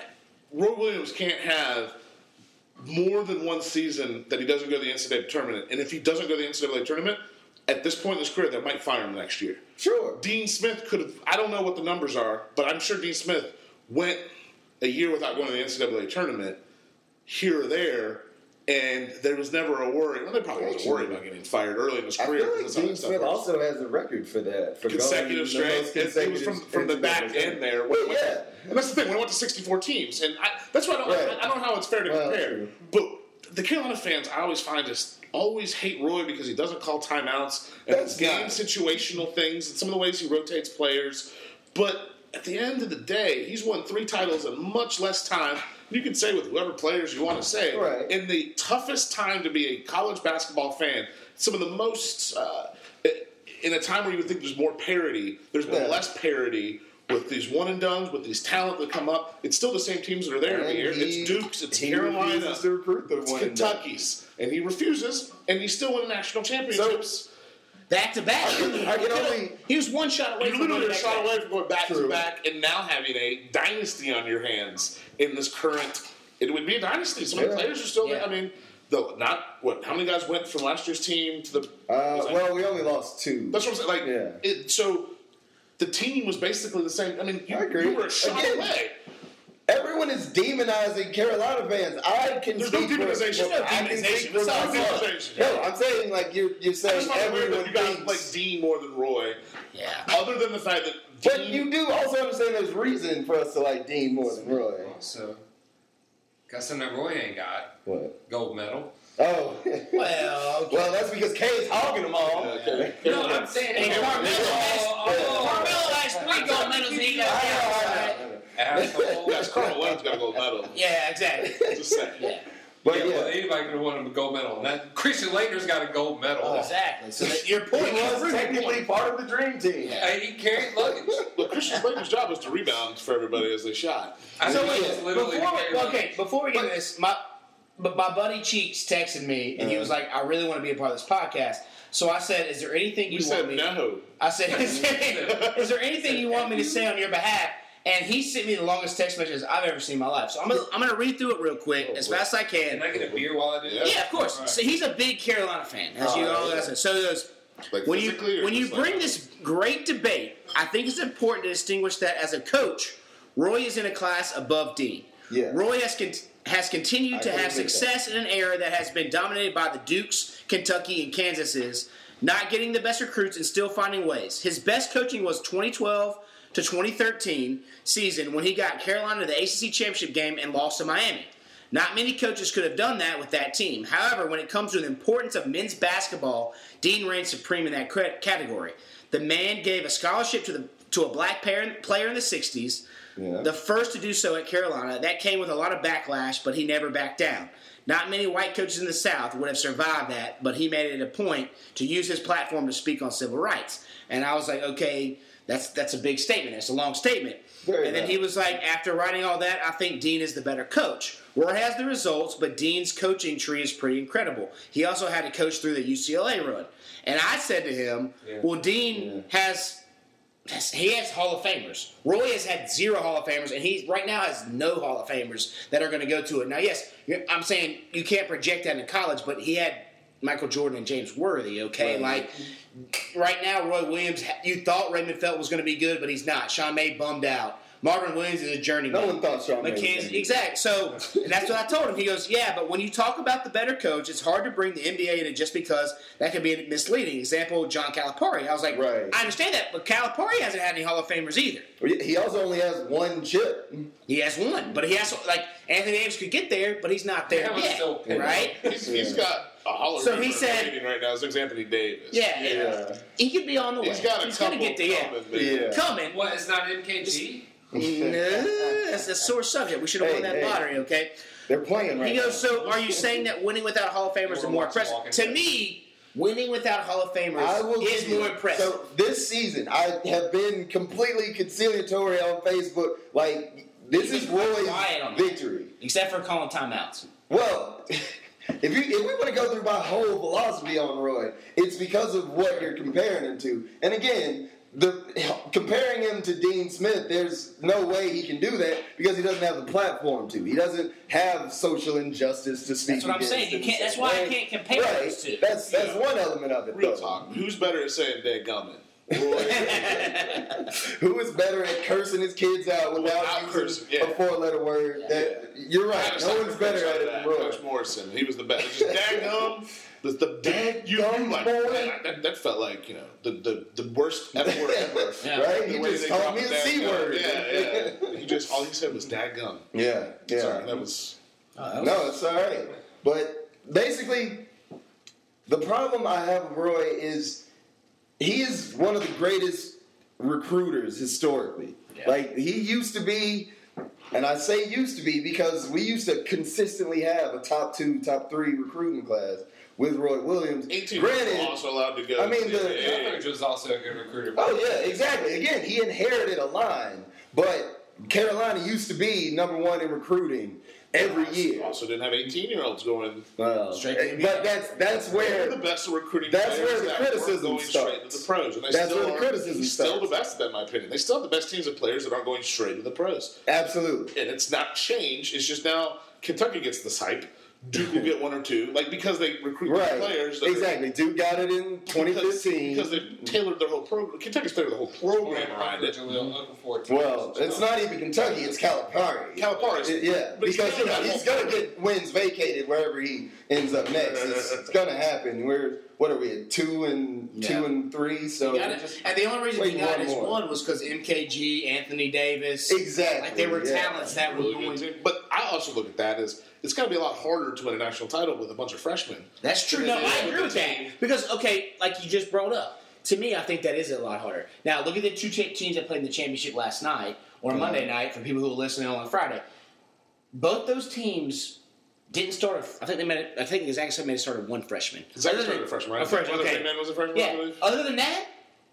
Roy Williams can't have more than one season that he doesn't go to the NCAA tournament, and if he doesn't go to the NCAA tournament, at this point in his career, they might fire him next year. Sure. Dean Smith could have. I don't know what the numbers are, but I'm sure Dean Smith went a year without going to the NCAA tournament here or there, and there was never a worry. Well, they probably wasn't worried about getting fired early in his I career. feel like because that's how Dean that stuff Smith works. also has a record for that. For going consecutive the most straight. It, it was from, consecutive from the back NCAA end there. Well, When it went- yeah. and that's the thing. When it went to 64 teams, and I, that's why I don't, Right. I, I don't know how it's fair to Well, compare. true. But the Carolina fans, I always find is always hate Roy because he doesn't call timeouts and That's it's game not- situational things and some of the ways he rotates players. But at the end of the day, he's won three titles in much less time. You can say with whoever players you want to say Right. in the toughest time to be a college basketball fan, some of the most uh, in a time where you would think there's more parity, there's been Yeah. less parity with these one and dones, with these talent that come up. It's still the same teams that are there every And year. he- It's Duke's, it's he Carolina, refuses to recruit the it's one and done. Kentucky's, and he refuses, and he's still winning national championships. Back to back. I can only- He was one shot you're away from literally winning a that shot game. away from going back True. to back, and now having a dynasty on your hands in this current. It would be a dynasty. Some of Yeah. the players are still Yeah. there. I mean, though not what? How many guys went from last year's team to the? Uh, well, we only lost two. That's what I'm saying. Like, Yeah. it, so the team was basically the same. I mean, you, I agree. you were a shot Again, away. Everyone is demonizing Carolina fans. I can There's no speak for- demonization. for- I can Demonization. speak for It's not myself. demonization. No, I'm saying like you're you're I saying just find it weird that everyone you guys like thinks. Dean more than Roy. Yeah. Other than the fact that But Dean, you do also understand there's reason for us to like Dean more than Roy. Also, got something that Roy ain't got. What? Gold medal. Oh, (laughs) Well, okay. well, that's because Kay is hogging them all. Okay. No, I'm saying And Carmelo has, (laughs) Carmelo has three gold medals and he got I know, I know, I know. Asshole. guys, Carl Love's got a gold medal. Yeah, (laughs) exactly. Just saying. But Yeah, yeah, well, anybody could have won a gold medal. And that Christian Laettner's got a gold medal. Oh, Exactly. So that your point he was is technically part of the dream team. And he carried luggage. Look, Christian Slater's job was to rebound for everybody as they shot. I So think wait, he was before literally we, carrying okay, before we get into this, my but my buddy Cheeks texted me and he was like, "I really want to be a part of this podcast." So I said, "Is there anything you, You want said me?" no. I said, is there, is there anything you want me to say on your behalf?" And he sent me the longest text messages I've ever seen in my life. So I'm gonna, I'm gonna read through it real quick as fast as I Can can. I get a beer while I do that? Yeah, of course. All right. So he's a big Carolina fan, as you all know. So he goes, Like when you physically or when you just like- bring this great debate, I think it's important to distinguish that as a coach, Roy is in a class above Dean. Yeah. Roy has con- has I continued to agree have with that. success in an era that has been dominated by the Dukes, Kentucky, and Kansases, not getting the best recruits and still finding ways. His best coaching was 2012 to 2013 season when he got Carolina to the ACC championship game and lost to Miami. Not many coaches could have done that with that team. However, when it comes to the importance of men's basketball, Dean reigns supreme in that cre- category. The man gave a scholarship to the to a black par- player in the 60s, Yeah. the first to do so at Carolina. That came with a lot of backlash, but he never backed down. Not many white coaches in the South would have survived that, but he made it a point to use his platform to speak on civil rights. And I was like, okay, that's that's a big statement. That's a long statement. Very and then nice. he was like, after writing all that, I think Dean is the better coach. Roy has the results, but Dean's coaching tree is pretty incredible. He also had to coach through the UCLA run. And I said to him, well, Dean has Yes, He has Hall of Famers. Roy has had zero Hall of Famers, and he right now has no Hall of Famers that are going to go to it. Now, yes, you're- I'm saying you can't project that in college, but he had Michael Jordan and James Worthy. Okay, like right now, Roy Williams. You thought Raymond Felt was going to be good, but he's not. Sean May bummed out. Marvin Williams is a journeyman. No one thought Sean May was gonna McKenzie, be exact. So and that's what I told him. He goes, "Yeah, but when you talk about the better coach, it's hard to bring the NBA into just because that can be misleading." Example: John Calipari. I was like, Right. "I understand that, but Calipari hasn't had any Hall of Famers either. He also only has one chip. He has one, but he has like Anthony Davis could get there, but he's not there That was yet, so petty. right?" He's, he's got a holler. So he said- right now. His name's Anthony Davis. Yeah, yeah. Yeah. he could be on the way. He's got a he's couple. gonna get there. Yeah. coming, man. Yeah. Coming. (laughs) What, it's not MKG? no, that's a sore subject. We should have Hey, won that hey. lottery, okay? They're playing right He now. goes, so are you saying that winning without Hall of Famers is more impressive? To me, winning without Hall of I will Famers is give you- more impressive. So this season, I have been completely conciliatory on Facebook. Like this You've is been Roy's quiet on that. victory. Except for calling timeouts. Well, (laughs) if you if we want to go through my whole philosophy on Roy, it's because of what you're comparing him to. And again, the comparing him to Dean Smith, there's no way he can do that because he doesn't have the platform to. He doesn't have social injustice to speak. That's what I'm against saying. You in the can't- that's same why I way. can't compare Right. those two. That's that's one element of it. Real though. talk. Who's better at saying dead gumming? Roy. (laughs) Who is better at cursing his kids out without Without using cursing, yeah. a four-letter word? That you're right. Kinda No sucker one's better punch at it like than that. Roy. Coach Morrison. He was the best. Just (laughs) dag gum. The, the Dag you, you gum like, boy. that, that, that felt like you know the the, the worst F word (laughs) ever. Yeah. Right? The He way just they called dropped me the dag c gum. word. Yeah, (laughs) yeah. He just all he said was dag gum. yeah, yeah. Sorry, that was No, it's all right. But basically, the problem I have with Roy is he is one of the greatest recruiters historically. Like he used to be, and I say used to be because we used to consistently have a top two, top three recruiting class with Roy Williams. eighteen. Granted, was also allowed to go. I mean, to the- NBA. Etheridge was also a good recruiter. Oh yeah, exactly. Again, he inherited a line, but Carolina used to be number one in recruiting every year. Also didn't have 18 year olds going. Well, Straight to the NBA. but that's that's They're the where best recruiting. That's players where the that were criticism going straight starts. to the pros. And they That's still where the are- criticism Still starts. the best, in my opinion. They still have the best teams of players that aren't going straight to the pros, absolutely and it's not change. It's just now Kentucky gets this hype. Duke will (laughs) get one or two, like because they recruit Right. good players. that are- Exactly. Duke got it in Because, 2015. because they tailored their whole program. Kentucky's tailored the whole program around it. well, it's not even Kentucky. It's Calipari. Calipari's, It- yeah, but he's because still you know got he's one- gonna get wins vacated wherever he ends up next. It's, it's gonna happen. We're what are we at two and Yeah. two and three? So He got it. And the only reason Wait, he got one his more. one was because MKG, Anthony Davis, exactly. like they were yeah. talents that were Really going. good to. team. But I also look at that as it's got to be a lot harder to win a national title with a bunch of freshmen. That's true. No, I agree with that because okay, like you just brought up. To me, I think that is a lot harder. Now, look at the two cha- teams that played in the championship last night or Monday night for people who are listening on Friday. Both those teams didn't start. A, I think they made. it- I think Zach Smith started one freshman. Zach Other than- started a freshman, right? A freshman. Whether Okay. Freeman was a freshman, I Yeah. believe. Other than that,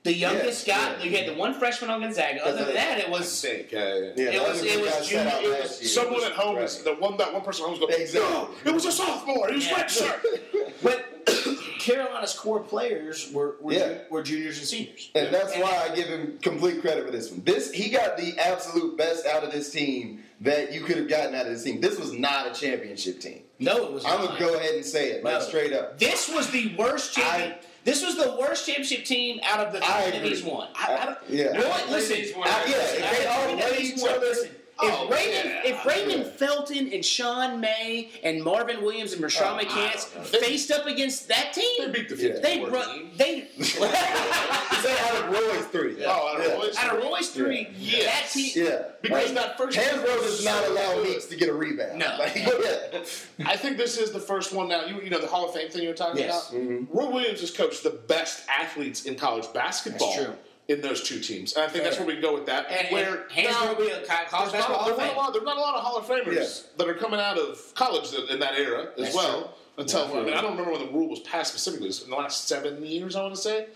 the youngest Yes, guy. yeah. You had the one freshman on Gonzaga. Other than that, it was Sick. Yeah, yeah, yeah. Yeah, It that was- what it the was guy said out junior- it last was year. Someone at home is Right. the one that one person at home is going. Exactly. No, it was a sophomore. He was Yeah. red shirt. But (coughs) Carolina's core players were were, Yeah. ju- were juniors and seniors. And that's why I give him complete credit for this one. This he got the absolute best out of this team that you could have gotten out of this team. This was not a championship team. No, it was. I'm not. gonna go ahead and say it, like No. straight up. This was the worst champion. I- this was the worst championship team out of the I three that agree. he's won. I, I don't, Yeah. You know what? Listen, He's won. I- yeah, if they I- all I- weigh each other. Listen, if Oh, Raymond, yeah. if Raymond Yeah. Felton and Sean May and Marvin Williams and Oh, Rashawn I McCants don't faced up against that (laughs) They team, beat the Yeah. 54 they run. team. They (laughs) Say out of Roy's three. Oh, out of Roy's out of Roy's three. Yeah. That team. Yeah. Because Like, that first Hansbrough does not allow Meeks to get a rebound. No. Like, (laughs) yeah. I think this is the first one now. You, you know the Hall of Fame thing you were talking Yes. Mm-hmm. about. Roy Williams has coached the best athletes in college basketball That's true. in those two teams, and I think that's where we can go with that. And, where and Hans now, will be a co- college there's not, basketball Hall of there's not a Fame. lot, there's not a lot of Hall of Famers Yeah. that are coming out of college th- in that era as That's well. true. Until I mean, I don't remember when the rule was passed specifically. It was in the last seven years, I want to say.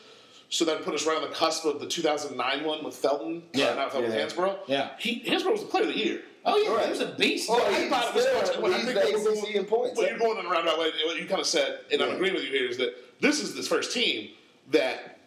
So that put us right on the cusp of the 2009 one with Felton, Yeah. uh, not Felton, Yeah. Hansborough. Yeah. he, Hansborough was the player of the year. Oh yeah, Right. he was a beast. Oh, I he's thought it was still- much- when I he's think the we were ACC in points. Well, you're going in a roundabout way. What you kind of said, and I'm Yeah. agreeing with you here, is that this is this first team that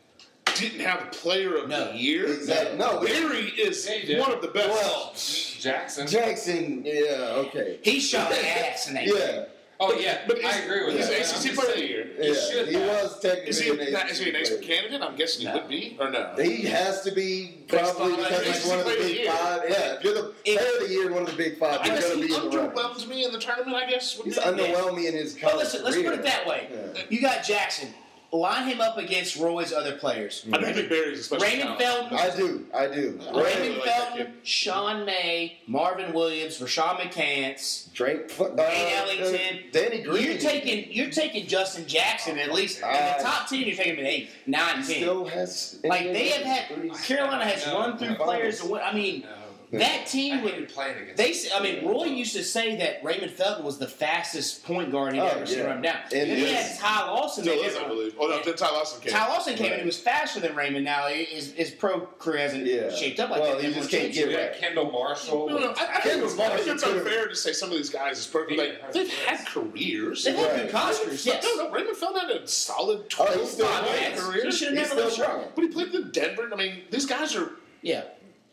didn't have a player of No. the year. Exactly. No, we- Barry is Yeah, he did. one of the best. Well, Jackson. Jackson, yeah, okay. He shot ass in that. game. Yeah. oh yeah, but I is- agree with He's that. ACC I'm just player of the saying, year. Yeah, should he have. was technically Is he, an not, is he an ACC ACC player. candidate? I'm guessing No. he would be, or no? He has to be Based on probably that because he's ACC one of the player of the big year. five. Yeah, if you're the If- player of the year, one of the big five. I You're guess going to he be in the running. underwhelmed me in the tournament. I guess. He's Wouldn't it? underwhelming in his But college listen, let's put career. it that way. Yeah. You got Jackson. Line him up against Roy's other players. I don't think Barry's a special. Raymond talent. Felton, Mm. I do, I do. I Right. really Raymond like that Felton, Sean May, Marvin Williams, Rashawn McCants, Drake, uh, Wayne Ellington. Danny Green. You're taking you're taking Justin Jackson at least in Uh, the top ten. You're taking him at eight, nine, ten. still has Like they have had Carolina has No, run through no. players. To win. I mean, No. that I team hated would. playing against. They, s- I mean, Roy used to say that Raymond Felton was the fastest point guard he'd Oh, ever seen yeah. run down. And he is. had Ty Lawson. Still that is, did I run. believe. Oh no, then Ty Lawson came. Ty Lawson came in and was faster than Raymond. Now his his pro career hasn't Yeah. shaped up like Well, that. you They just won can't We get- got Kendall Marshall. No, no, I, I think it's, I think it's Marshall, too. unfair to say some of these guys is perfect. Like, they've had careers. They've had Right. good Cosgers, yes. No, no, Raymond Feld had a solid Oh, 12 he's still five playing. year career. He should have He's never left still Charlotte. trying. But he played in Denver. I mean, these guys are Yeah,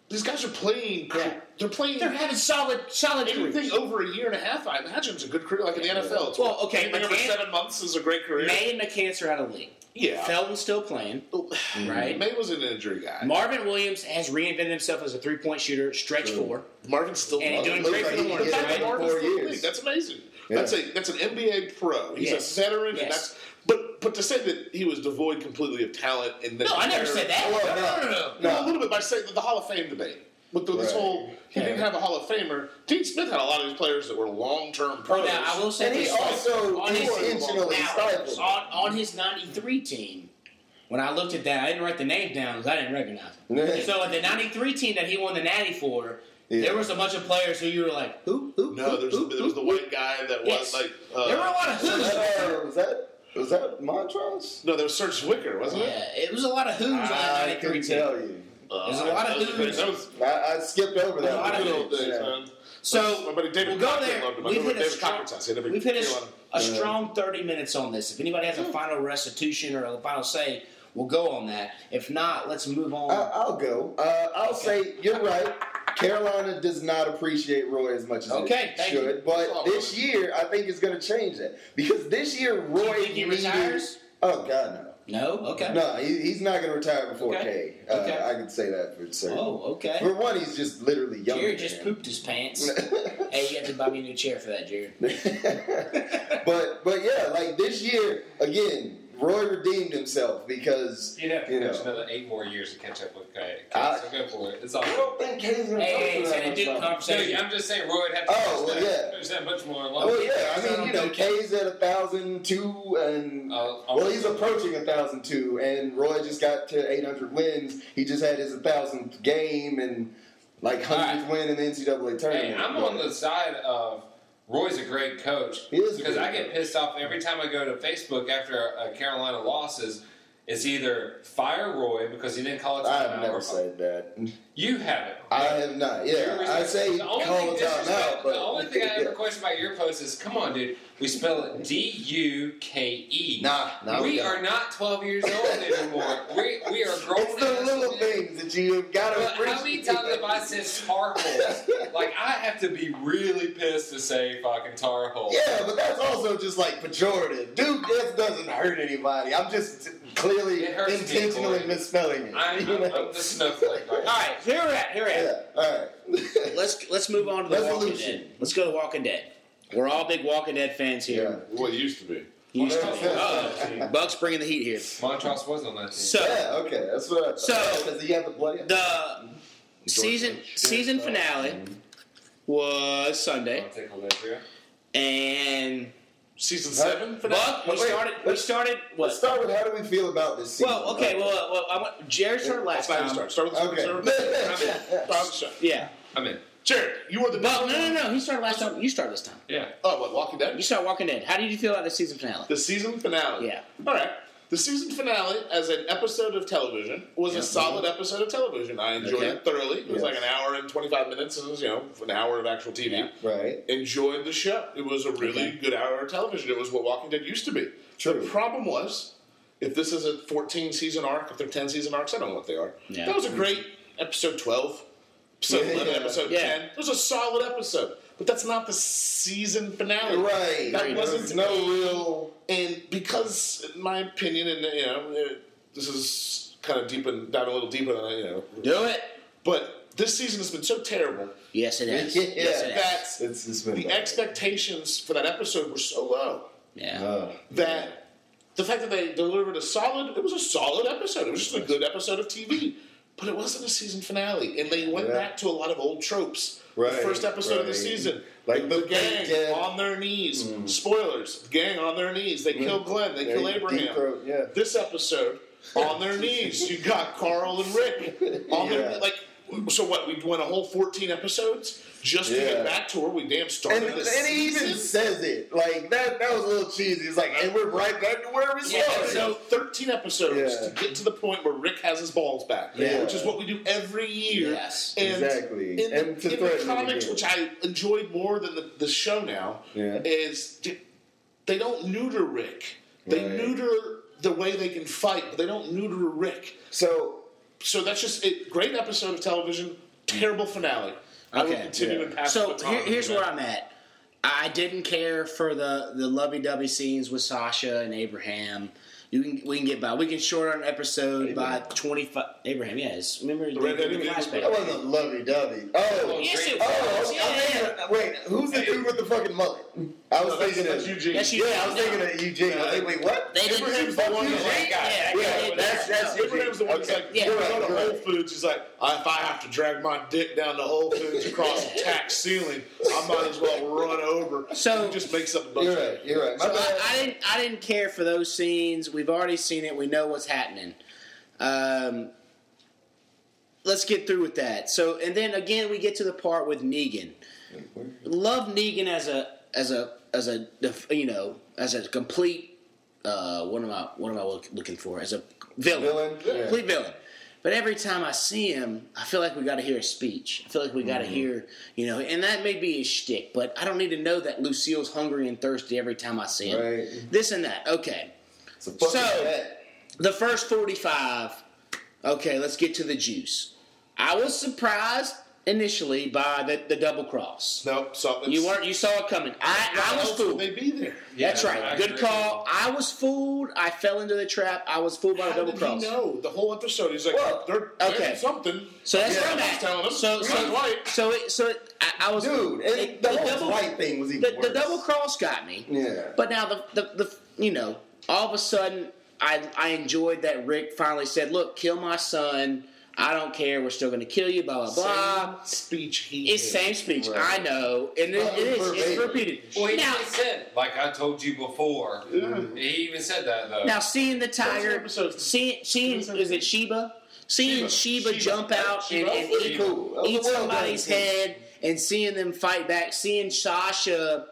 these guys are playing. cr- Yeah. They're playing they're having solid solid anything careers. over a year and a half. I imagine is a good career. Like in the NFL, it's Well, okay, anything but over Dan- seven months is a great career. May and McCants are out of the league. yeah, Felton's still playing. Right. May was an injury guy. Marvin Williams has reinvented himself as a three point shooter, stretch four. Marvin's still And loving doing it. great for the Like, Warriors, the fact that right? Marvin's Four still in the years. league, That's amazing. Yeah. That's a that's an NBA pro. He's Yes. a veteran, Yes. and that's but but to say that he was devoid completely of talent and that No, I never said that. Well, no. No, a No. little bit by saying that the Hall of Fame debate. With the, this Right. whole, he didn't have a Hall of Famer. Dean Smith had a lot of these players that were long term Now, pros. I will say And he this, like, also on his- intentionally Now, stifled. on, on his 93 team, when I looked at that, I didn't write the name down because I didn't recognize him. so, in the 93 team that he won the Natty for, Yeah. there was a bunch of players who you were like, who, who, no, who, there was, who, there was the who, white guy that was Yes. like. Uh, there were a lot of Was (laughs) who's. that, uh, was that was that Montrose? no, there was Serge Wicker, wasn't Yeah, it was a lot of who's on that I 93 can team. tell you. it? Uh, There's a lot of that was- dudes. That was I, I skipped over that. A lot the of one. good old days, Yeah. man. So, My buddy David we'll go Crockett there. loved him. I We've remember hit, a David strong, Crockett's house. He had every we've hit a, Carolina- a strong 30 minutes on this. If anybody has a Hmm. final restitution or a final say, we'll go on that. If not, let's move on. I, I'll go. Uh, I'll say you're right. Carolina does not appreciate Roy as much as Okay, it thank should. you. But this year, I think it's going to change that because this year Roy think he needed- retires? Oh God, No. Okay. no, no, he, he's not going to retire before Okay. K. Uh, Okay. I can say that for certain. Oh, okay. For one, he's just literally younger. Jared than just him. pooped his pants. hey, you have to buy me a new chair for that, Jared. (laughs) but but yeah, like this year again, Roy redeemed himself because You'd have to You catch know. another eight more years to catch up with Kay. I- so go for it. It's I all. don't think K's gonna Hey, hey, come it's to that had a much Duke longer. No, conversation. I'm just saying, Roy would have to catch Oh, well, that. yeah. There's that much more along. Well, Oh, yeah, I I mean, don't you know, think- K's at a thousand two, and Uh, well, he's approaching a thousand two, and Roy just got to eight hundred wins. He just had his thousandth game and like hundredth win in the NCAA tournament. Hey, I'm on But- the side of Roy's a great coach He is a because great I get coach. pissed off every time I go to Facebook after a Carolina losses. It's either fire Roy because he didn't call a timeout. I've never or- said that. You haven't. I have not. Yeah, I say the call only a thing disrespect- (laughs) timeout, but the only thing I (laughs) ever yeah. question about your post is, come on, dude. We spell it D U K E. Nah, nah, we don't. are not 12 (laughs) years old anymore. we we are grown. It's the ass little men. things that you've got to But appreciate. how many times have I said tar holes? like I have to be really pissed to say fucking tar hole. Yeah, but that's also just like pejorative. Dude, this doesn't hurt anybody. I'm just clearly It hurts me, intentionally Corey. misspelling it. I'm, you I'm, know? I'm the snowflake. Right? All right. Here we're at. Here we're at. yeah, all right. Let's let's move on to the Walking Resolution. Dead. Let's go to Walking Dead. We're all big Walking Dead fans (laughs) yeah. here. Well, it used to be. Used to Montross was on that be. team. Bucks bringing the heat here. Montross was on that team. So yeah, okay, that's what I thought. So- because he had the bloody. the season season finale was Sunday, I'll take Olivia. and Season seven. Buck we Wait, started we let's- started Let's what? start with how do we feel about this season? Well, okay, well, uh, well I want, Jared started That's last not how time. you start. Start with the Okay. server. Start with the (laughs) show. Yeah, I'm in. Jared, you were the Buck. Oh, No, no, no. He started last time. You started this time. Yeah. Oh, what? Walking Dead. You start Walking Dead. How did you feel about the season finale? The season finale. Yeah. All right. The season finale, as an episode of television, was a solid episode of television. I enjoyed uh-huh. Okay. it thoroughly. It was Yes. like an hour and 25 minutes. It was, you know, an hour of actual TV. uh, Right. Enjoyed the show. It was a really good hour of television. It was what Walking Dead used to be. True. The problem was, if this is a 14 season arc, if they're 10 season arcs, I don't know what they are. Yeah. That was a great episode 12, episode Yeah. 11, episode Yeah. 10. It was a solid episode. But that's not the season finale. Right. That There's wasn't no real. and because, in my opinion, and you know, eh, this is kind of deep and down a little deeper than I, you know, Do it. but this season has been so terrible Yes, it is. Yeah. Yes, it is. that It's just been. the expectations for that episode were so low Yeah. Uh, that the fact that they delivered a solid, it was a solid episode. It was just a good episode of TV, but it wasn't a season finale, and they went Yeah. back to a lot of old tropes. Right, the first episode of the right. season, Like the gang dead- on their knees. Spoilers: the gang on their knees. They kill Glenn. They Mm. They kill deep Abraham. throat, yeah. This episode, on (laughs) their knees, you got Carl and Rick on Yeah. their like. So what? We went a whole fourteen episodes just to Yeah. get back to where we damn And, started. and the he season? even says it like that. That was a little cheesy. It's like, and we're right back to where we Yeah, started. so 13 episodes Yeah. to get to the point where Rick has his balls back, Yeah. which is what we do every year. Yes. And Exactly. In, the- And to in threaten the him comics, again. which I enjoyed more than the, the show now, Yeah. is d- they don't neuter Rick. They Right. neuter the way they can fight, but they don't neuter Rick. So So that's just a great episode of television, terrible finale. I will Okay. continue Yeah. to pass the So baton here, here's to where that. I'm at. I didn't care for the the lovey dovey scenes with Sasha and Abraham. You can we can get by. We can short our episode by twenty five. Abraham, yes. Remember the, redheaded the dude was that flashback? wasn't lovey dovey. Oh, Yes, it oh, was. okay. Yeah, yeah. I mean, wait, who's the dude with the fucking mullet? I was No, that's, thinking that's of Eugene. Yes, you- Yeah, I was thinking of Eugene. I was like, wait, what? They didn't- Abraham's the one Eugene. that like, Yeah, Yeah, yeah, that's that's Eugene. Abraham's the one that's Okay. like, Yeah. yeah, Right, going to right. Whole Foods. He's like, if I have to drag my dick down to Whole Foods across the tax ceiling, I might as well run over. So- he just makes up a bunch You're of right. You're right. My So bad. I, I didn't I didn't care for those scenes. We've already seen it. We know what's happening. Um, let's get through with that. So and then again we get to the part with Negan. Love Negan as a as a as a you know as a complete uh, what am I what am I look, looking for as a villain, Villain? Yeah. complete villain. But every time I see him, I feel like we got to hear a speech. I feel like we got to Mm-hmm. hear, you know, and that may be his shtick, but I don't need to know that Lucille's hungry and thirsty every time I see him. Right. This and that. Okay. It's a fucking So- cat. The first 45. Okay, let's get to the juice. I was surprised initially by the, the double cross. No, so You weren't. You saw it coming. I, I was fooled. They be there. That's right. I Good agree. call. I was fooled. I fell into the trap. I was fooled by the How double did he cross. know the whole episode? He's like, Well, they're okay. they're something. So that's yeah, where I'm he's at. telling us. So, Green so, light. so, it, so it, I, I was Dude, and it- the, whole white thing was even the, worse. the double cross got me. Yeah. But now the, the the you know all of a sudden I I enjoyed that Rick finally said, "Look, kill my son. I don't care. We're still going to kill you." Blah blah blah. Same speech he It's made. same speech. I know, and it, it is. It's Verbatim. repeated. Well, he now, even said, like I told you before. He even said that though. now seeing the tiger, episodes. seeing seeing is it Sheba? Seeing Sheba, Sheba. jump out Sheba. and, and That was eat, cool. That was eat well done, somebody's too. head and seeing them fight back. Seeing Sasha,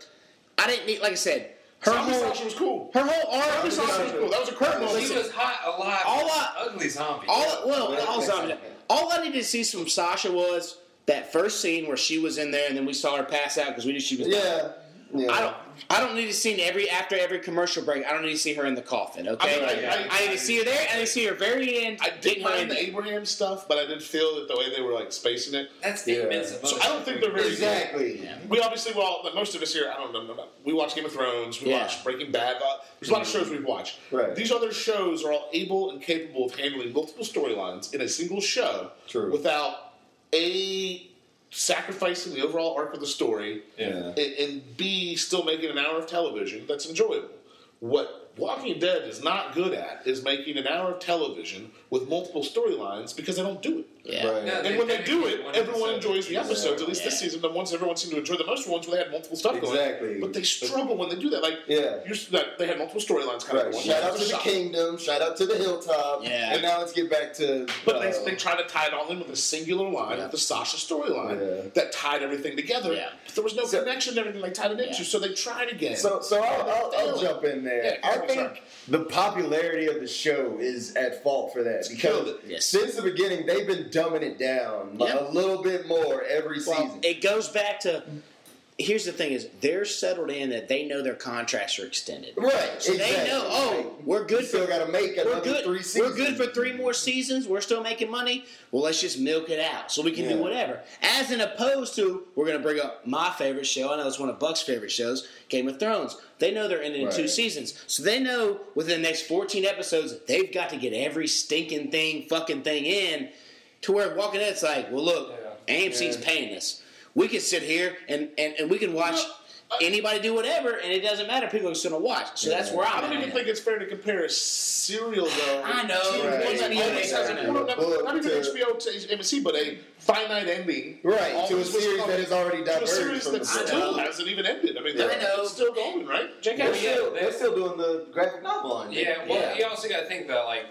I didn't need. Like I said, her Zombie whole Sasha was cool. her whole arc Zombie was Sasha was cool. That was a cool moment. he was hot, alive, all and I- ugly zombie. All well, Yeah. all zombie. All I needed to see from Sasha was that first scene where she was in there, and then we saw her pass out because we knew she was. dying. yeah. Yeah. I don't. I don't need to see in every after every commercial break. I don't need to see her in the coffin. Okay. I mean, I- I, I- need to see her there. I need to see her very end. I did getting her in mind the there. Abraham stuff, but I did feel that the way they were like spacing it. That's the Yeah. immense So emotion. I don't think they're very good. exactly. We obviously, well, like most of us here, I don't know. We watch Game of Thrones, we Yeah. watch Breaking Bad. Uh, there's a lot of shows we've watched. Right. These other shows are all able and capable of handling multiple storylines in a single show True. without a sacrificing the overall arc of the story Yeah. and, and b still making an hour of television that's enjoyable. What Walking Dead is not good at is making an hour of television with multiple storylines because they don't do it. Yeah. Right. No, And when they do it, one everyone episode. enjoys the episodes. At least this Yeah. season, the ones everyone seemed to enjoy the most were ones where they had multiple stuff going. Exactly. But they struggle when they do that. Like, Yeah. you're, s- like they had multiple storylines kind of Right. going. Shout out It to was the a shock. kingdom. Shout out to the hilltop. Yeah. And now let's get back to. But uh, they, they tried to tie it all in with a singular line, with the Sasha storyline Yeah. that tied everything together. Yeah. But there was no So- connection to everything they tied it into, Yeah. so they tried again. So, so I'll, I'll, I'll jump in there. Yeah, I I'm think sorry. the popularity of the show is at fault for that killed because it. Yes. since the beginning they've been dumbing it down like, Yeah. a little bit more every Well, season. it goes back to. Here's the thing: is they're settled in that they know their contracts are extended. right? So exactly. they know, oh, Like, we're you good still for got to make another we're good. three seasons. We're good for three more seasons. We're still making money. Well, let's just milk it out so we can Yeah. do whatever. As in opposed to, we're going to bring up my favorite show. I know it's one of Buck's favorite shows, Game of Thrones. They know they're ending in two Right. seasons, so they know within the next fourteen episodes they've got to get every stinking thing, fucking thing in. To where Walking Dead's like, well, look, AMC's paying us. We can sit here and and, and we can watch. Anybody do whatever, and it doesn't matter. People are just going to watch. So that's where I'm. I don't at. even think it's fair to compare a serial though. I know. to Right. one that HBO always has a- to- well, no, not, not even to- HBO to AMC, but a finite ending. Right, Always to a was series coming. that has already to a diverged series from that the still book. hasn't even ended. I mean, Yeah. that- I know. it's still going, right? Jake, They're Yeah, still, they- they're still doing the graphic novel on it. Yeah, well, Yeah. you also got to think that, like,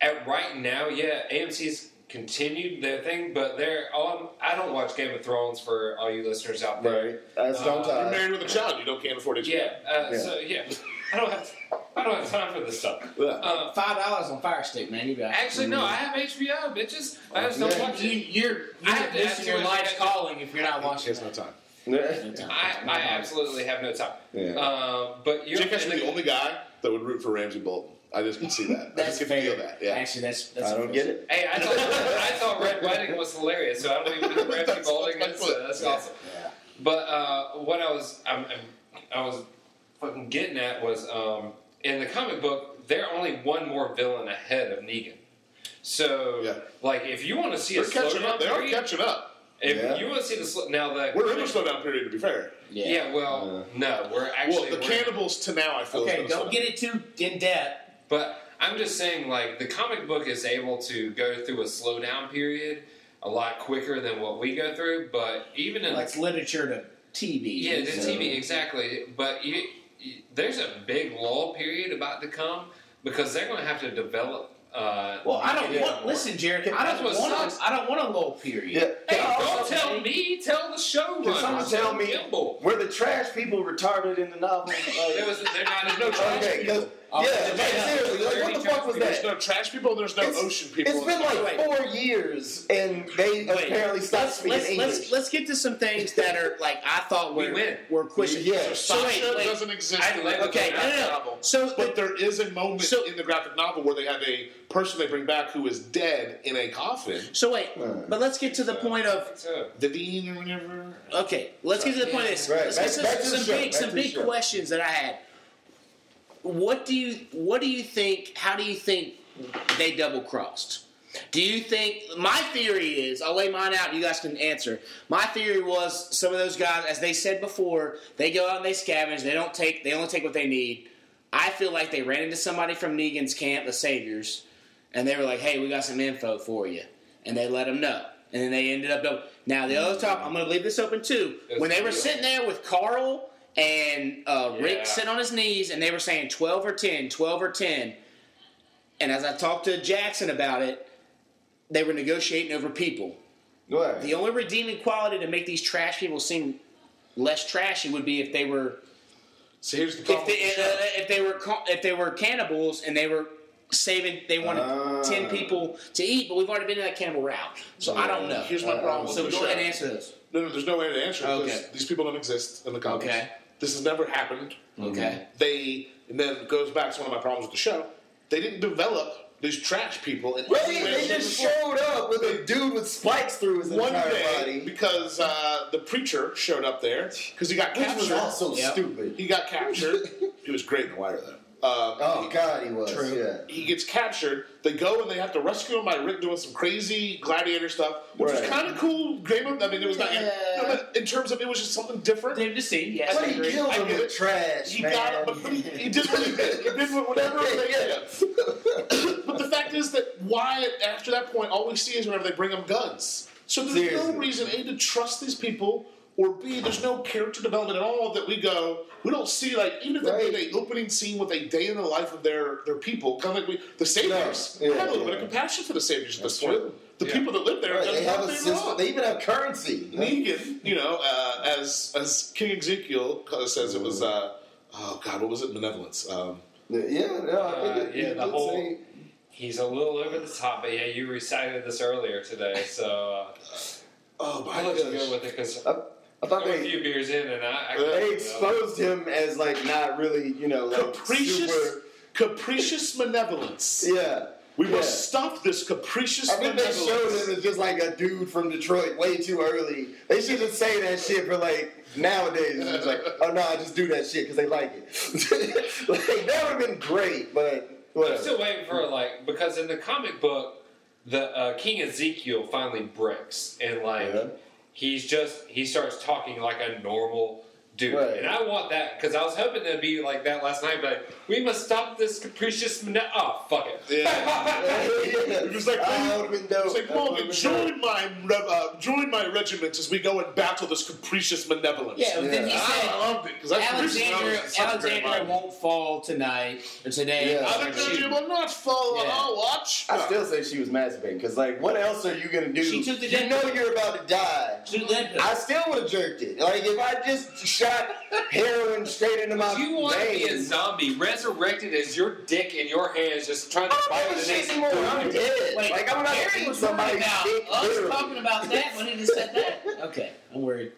at right now, yeah, AMC's continued their thing, but they're on. I don't watch Game of Thrones for all you listeners out there. Right. That's Uh, don't you're I. married with a child. You don't can't afford it. Yeah, uh, Yeah. So yeah, (laughs) I don't have. I don't have time for this stuff. Yeah. Uh, Five dollars on Fire Stick, man. You got. actually, no, I have HBO, bitches. I just don't Yeah. watch you, it. you're I have you're to ask missing your you- life's calling if you're not She watching. has no time. Yeah. I, I absolutely have no time. Yeah. Uh, but you're Jake has to be the only guy that would root for Ramsey Bolton. I just can see that. That's I just can fair. feel that. Yeah. Actually, that's that's. I don't get it. Hey, I thought, I thought Red Wedding was hilarious, so I don't even think Ramsey (laughs) That's- Balding that's is. what- So that's awesome. But uh, what I was I'm, I'm, I was fucking getting at was um, in the comic book, they're only one more villain ahead of Negan. So, Yeah. like, if you want to see They're a slow catching down up. They are period, catching up. if Yeah. you want to see the slow, now the We're in a slowdown period, to be fair. yeah. well, no, we're Well, the actually we're- cannibals to now, I feel. is Okay, gonna slow don't down. get it too in depth. But I'm just saying, like, the comic book is able to go through a slowdown period a lot quicker than what we go through. But even in Like the literature to TV. Yeah, the So- TV exactly. But you, you, there's a big lull period about to come because they're going to have to develop. Uh, Well, I don't media want. more. Listen, Jared, I That's don't what want. sucks. A, I don't want a lull period. Yeah. Hey, Can I don't also- tell me. Tell the showrunner. Can someone tell me Gimble. (laughs) were the trash people retarded in the novel? There was, they're not in no Okay, trash. because yeah, like, seriously, like, what the fuck was There's that? no trash people. There's no It's- ocean people. It's been like Wait. four years, and they Wait, apparently stopped let's, speaking let's, English. let's let's get to some things that are like I thought We were win. were questions. Yeah. So wait, Sasha wait. doesn't exist. I in like- the Okay, graphic no, no, no. novel. So But there is a moment So- in the graphic novel where they have a person they bring back who is dead in a coffin. so wait, but let's get to the uh, point of So, The dean or whatever. Okay, let's get to the point of this. Right, Let's back- get to back to the some, show, big, back some to the big show. questions that I had. What do you what do you think? How do you think they double crossed? Do you think my theory is? I'll lay mine out. and You guys can answer. My theory was some of those guys, as they said before, they go out and they scavenge. They don't take. They only take what they need. I feel like they ran into somebody from Negan's camp, the Saviors, and they were like, "Hey, we got some info for you," and they let them know, and then they ended up. Double. Now the other top, I'm going to leave this open too. That's when they were real. sitting there with Carl and uh, Yeah. Rick sitting on his knees, and they were saying 12 or 10, 12 or 10, and as I talked to Jackson about it, they were negotiating over people. Right. The only redeeming quality to make these trash people seem less trashy would be if they were So here's the if problem. they, with the show. uh, if they were ca- if they were cannibals and they were saving they wanted Ah. 10 people to eat but we've already been in that cannibal route so i don't know Here's my Uh, problem. so with the go ahead show. and answer this No, no, there's no way to answer because Okay. these people don't exist in the comics. Okay. This has never happened. okay They and then it goes back to one of my problems with the show. They didn't develop these trash people in Really? any way, They shape, or just form. showed up with a dude with spikes through his one entire day body. because uh, the preacher showed up there because he got Which was captured. also Yep. stupid. He got captured. he was great in the wire though. Uh, Oh God, he was. Yeah. He gets captured. They go and they have to rescue him by Rick doing some crazy gladiator stuff, which was Right. kind of cool. Great. I mean, it was not. Yeah. No, but in terms of it was just something different. to see yes But he killed I him get with it. trash, He man. got it, but, but (laughs) he, he did what he did. He did what- whatever (laughs) they did. (coughs) but the fact is that why, after that point, all we see is whenever they bring them guns. So there's Seriously. no reason, A, to trust these people, or B, there's no character development at all that we go, we don't see, like, even if they Right. made an opening scene with a day in the life of their, their people, kind of like we, the saviors. No, yeah, I have a little yeah. bit of compassion for the saviors at this That's point. true. The Yeah. people that live there, Right, done they have a nothing system. wrong. They even have currency. Negan, you know, uh, as as King Ezekiel says, it was. Uh, oh God, what was it? Malevolence. Um, Yeah, no, I think Uh, it, yeah, you the could whole- say- he's a little over the top, but yeah, you recited this earlier today, so uh, oh my I'll let you go gosh. with it because I, I thought I'm a they, few beers in and I. I they exposed him as like not really, you know, like Capricious, super- capricious malevolence. yeah, We yeah. must stop this capricious I think they malevolence. showed him as just like a dude from Detroit way too early. They should just say that shit for like nowadays. It's just like, oh no, I just do that shit because they like it. (laughs) like that would have been great, but I'm whatever. still waiting for like because in the comic book, the uh, King Ezekiel finally breaks and like Yeah. he's just he starts talking like a normal dude, Right. and I want that because I was hoping to be like that last night, but like, we must stop this capricious. Mana- oh fuck it! Yeah. (laughs) it was (laughs) like, that would have been dope. It's like, That Mom, would've been dope. join my re- uh, join my regiment as we go and battle this capricious malevolence. yeah, but then he Yeah. I said loved it because that's capricious alexander malevolence is such a great alexander line. won't fall tonight or today Yeah. Alexander will not fall on Yeah. our watch. I still say she was masturbating because, like, what else are you gonna do? She took the you dead know pill. you're about to die. Shoot that pill. I still would have jerked it. Like if I just shot heroin straight into my (laughs) You want to be (laughs) a veins. zombie, resurrected as your dick in your hands, just trying to I fight don't the give a next shit anymore. I'm dead. Wait, like I'm not Gary eating was worried somebody's about dick. us literally. talking about that when he just said that. Okay, I'm worried.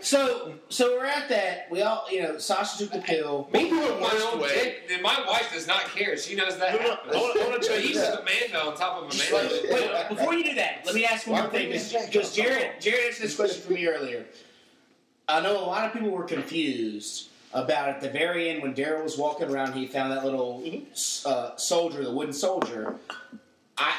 so, so we're at that. We all, you know, Sasha took the pill. Me doing my worst own way. dick, and my wife does not care. She knows that. No, no, happens. I wanna- I wanna tell you He's that. just a man on top of a man. Like, Wait, wait, before you do that, let me ask one Why more thing bring this back because up? Jared, Jared answered this question for me earlier. I know a lot of people were confused about at the very end when Daryl was walking around, he found that little uh, soldier, the wooden soldier. I,